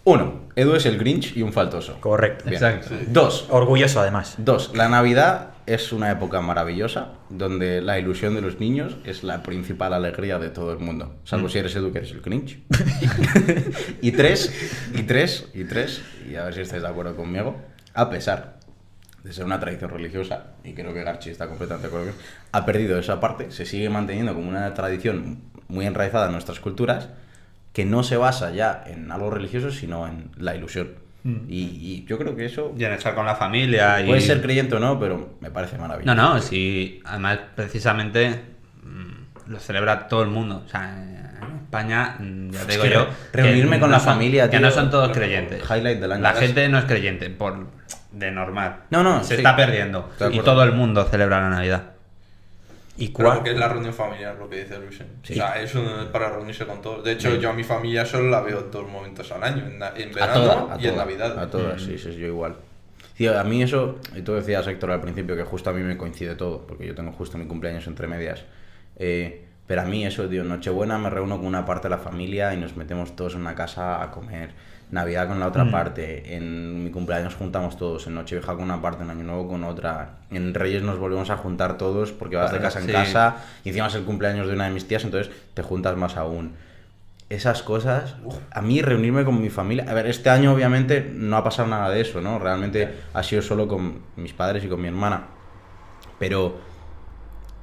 A: Uno, Edu es el Grinch y un faltoso.
C: Correcto.
A: Bien.
D: Exacto.
A: Dos,
C: Orgulloso además.
A: dos, la Navidad es una época maravillosa donde la ilusión de los niños es la principal alegría de todo el mundo. Salvo si eres Edu, que eres el Grinch. [laughs] y tres, y tres, y tres, y a ver si estáis de acuerdo conmigo, a pesar de ser una tradición religiosa, y creo que Garchi está completamente de acuerdo, conmigo, ha perdido esa parte, se sigue manteniendo como una tradición muy enraizada en nuestras culturas, que no se basa ya en algo religioso, sino en la ilusión. Y, y yo creo que eso
D: Y en estar con la familia. Y...
A: puede ser creyente o no, pero me parece maravilloso.
D: No, no, sí. Además, precisamente mm, lo celebra todo el mundo. O sea, en España, mm, ya
A: Es
D: te digo
A: que
D: yo.
A: re- reunirme
D: que
A: con
D: no
A: la
D: son-
A: familia,
D: Que
A: tío,
D: no son todos
A: lo-
D: creyentes.
A: highlight del año.
D: La
A: Las-
D: gente no es creyente, por de normal.
A: No, no, sí.
D: Se está perdiendo.
A: Estoy de
D: Y
A: acuerdo.
D: todo el mundo celebra la Navidad.
C: ¿Y
B: Pero
C: cuál?
B: porque es la reunión familiar, lo que dice Luis.
A: Sí.
B: O sea, es un- para reunirse con todos. De hecho, yo a mi familia solo la veo en dos momentos al año, en, na- en
A: A
B: verano
A: todas, a
B: y en
A: todas,
B: Navidad.
A: A todas, sí, sí, yo igual. Tío, a mí eso, y tú decías, Héctor, al principio, que justo a mí me coincide todo, porque yo tengo justo mi cumpleaños entre medias. Eh, pero a mí eso, tío, Nochebuena me reúno con una parte de la familia y nos metemos todos en una casa a comer. Navidad con la otra parte, en mi cumpleaños juntamos todos, en Nochevieja con una parte, en Año Nuevo con otra, en Reyes nos volvemos a juntar todos porque vas de
D: Claro,
A: casa en
D: sí.
A: casa y encima es el cumpleaños de una de mis tías, entonces te juntas más aún esas cosas, a mí reunirme con mi familia, a ver, este año obviamente no ha pasado nada de eso, ¿no? Realmente ha sido solo con mis padres y con mi hermana, pero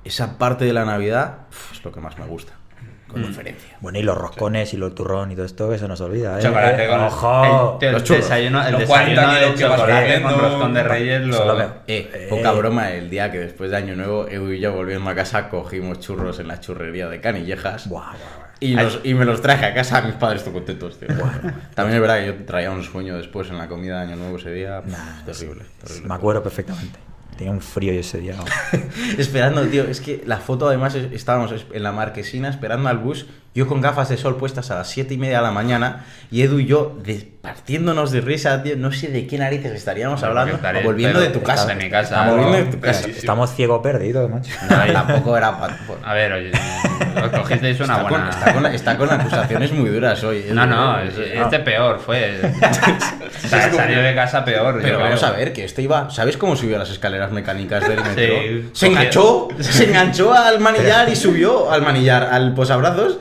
A: esa parte de la Navidad uf, es lo que más me gusta, Mm. con diferencia.
C: Bueno, y los roscones y los turrón y todo esto que se nos olvida, ¿eh?
D: Chocolate
C: Eh,
D: con
C: ¡Ojo!
D: El, el
A: Los churros.
D: desayuno, el
B: Los
D: desayuno
B: 40
D: de
B: kilos que vas
D: chocolate con
B: comiendo.
D: roscón de reyes. Lo...
C: Eso lo veo.
A: Eh,
C: Eh.
A: poca broma el día que después de Año Nuevo Edu y yo volviendo a casa cogimos churros en la churrería de Canillejas
C: Buah, buah, buah.
A: y, los- y me los traje a casa, mis padres están contentos, tío. También es verdad que yo traía un sueño después en la comida de Año Nuevo ese día, pf, terrible, terrible.
C: Me acuerdo perfectamente. Tenía un frío yo ese
D: [laughs]
C: día.
A: Esperando, tío, es que la foto además es- estábamos es- en la marquesina esperando al bus, yo con gafas de sol puestas a las 7 y media de la mañana y Edu y yo de- partiéndonos de risa, tío, no sé de qué narices estaríamos
D: Bueno,
A: hablando,
D: que estaré-
A: o volviendo de
D: pero
A: tu casa.
D: de mi casa,
A: Ah, volviendo de
D: no,
A: tu casa.
B: pero-
C: Estamos ciego perdidos, macho.
D: No,
A: [laughs]
D: y-
A: Tampoco era pa- por-
D: A ver, oye, lo cogisteis una
A: está,
D: buena.
A: con, está con- está con acusaciones muy duras hoy. Edu,
D: No, no,
A: eh,
D: es-
A: eh,
D: este peor [laughs] fue. O sea, salió de casa peor. yo
A: Pero vamos
D: creo.
A: a ver, que este iba. ¿Sabes cómo subió las escaleras mecánicas
D: [laughs]
A: del metro?
D: Sí.
A: se
D: [laughs]
A: enganchó, se enganchó al manillar y subió al manillar, al posabrazos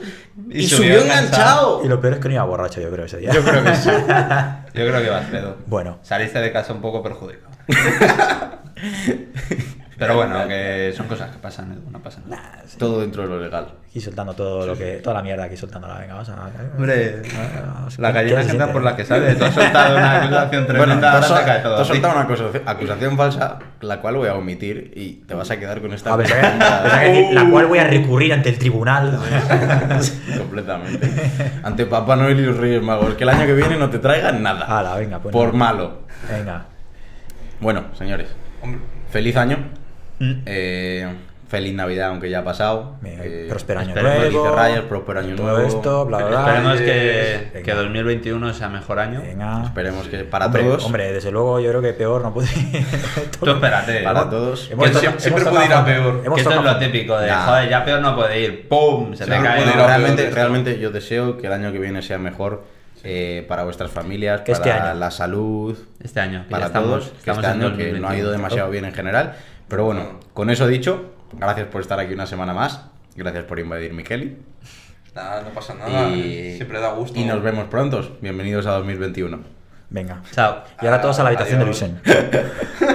A: y,
D: Y
A: subió
D: subió
A: enganchado.
C: Y lo peor es que no iba borracho, yo creo, ese día. [laughs]
A: Yo creo que sí.
D: Yo creo que vas pedo.
C: Bueno.
D: Saliste de casa un poco [laughs] perjudicado. Pero bueno, que son cosas que pasan, Edu, no pasa nada.
A: Todo dentro de lo legal.
C: Aquí soltando todo lo que. Toda la mierda aquí soltándola. Venga, vamos a.
D: Hombre,
C: vamos a-
D: la
C: ¿Qué
D: gallina
C: se
D: que entra
C: siente?
D: por la que sale. Te has soltado una
A: [laughs] Bueno,
D: acusación
A: te
D: tremenda,
A: has,
D: ahora
A: sol-
D: te cae todo.
A: te has
D: a ti.
A: soltado una acusación, acusación falsa, la cual voy a omitir y te vas a quedar con esta
C: A ver, Ah, pensaba que decir, la cual voy a recurrir ante el tribunal.
D: [laughs]
C: [laughs]
A: [laughs] completamente. Ante Papá Noel y los Reyes Magos, que el año que viene no te traigan nada.
C: Hala, venga, pues.
A: Por
C: nada.
A: malo.
C: Venga.
A: Bueno, señores,
B: Hombre,
A: Feliz año.
D: Mm.
A: Eh, Feliz Navidad, aunque ya ha pasado.
C: Bien,
A: Eh,
C: próspero año
A: esperemos que
C: nuevo,
A: dice Rayos, próspero año
C: todo
A: nuevo.
C: esto, bla, bla, bla.
D: Esperemos
B: Reyes,
D: que,
C: venga.
D: que 2021 sea mejor año.
C: Venga.
A: Esperemos que para
C: ah. hombre,
A: todos.
C: Hombre, desde luego yo creo que peor no puede. [laughs]
D: Tú espérate.
A: eh, Para todos.
C: Hemos
D: Que
C: tocado-
B: siempre-
C: hemos
B: siempre
C: tocado
B: puede ir a
C: fondo.
B: peor.
C: Hemos
D: Que esto es
C: tocado
D: lo
C: fondo.
D: típico de,
A: Nah.
D: joder, ya peor no puede ir. ¡Pum! Se te
A: No,
D: cae.
A: no,
B: el-
A: realmente,
B: esto.
A: realmente yo deseo que el año que viene sea mejor eh, para vuestras familias,
C: Que
A: para
C: este año.
A: la salud,
D: Este año. que ya
A: para
D: estamos,
A: todos, que
D: estamos
A: este
D: en
A: año que no ha
D: 2021.
A: ido demasiado bien en general. Pero bueno, con eso dicho, gracias por estar aquí una semana más. Gracias por invadir mi Kelly.
B: Nada, no pasa nada. Ah, Siempre da gusto.
A: Y nos vemos pronto. Bienvenidos a 2021.
C: Venga.
D: Chao.
C: Y ahora todos a la habitación
B: Adiós.
C: de Luisen.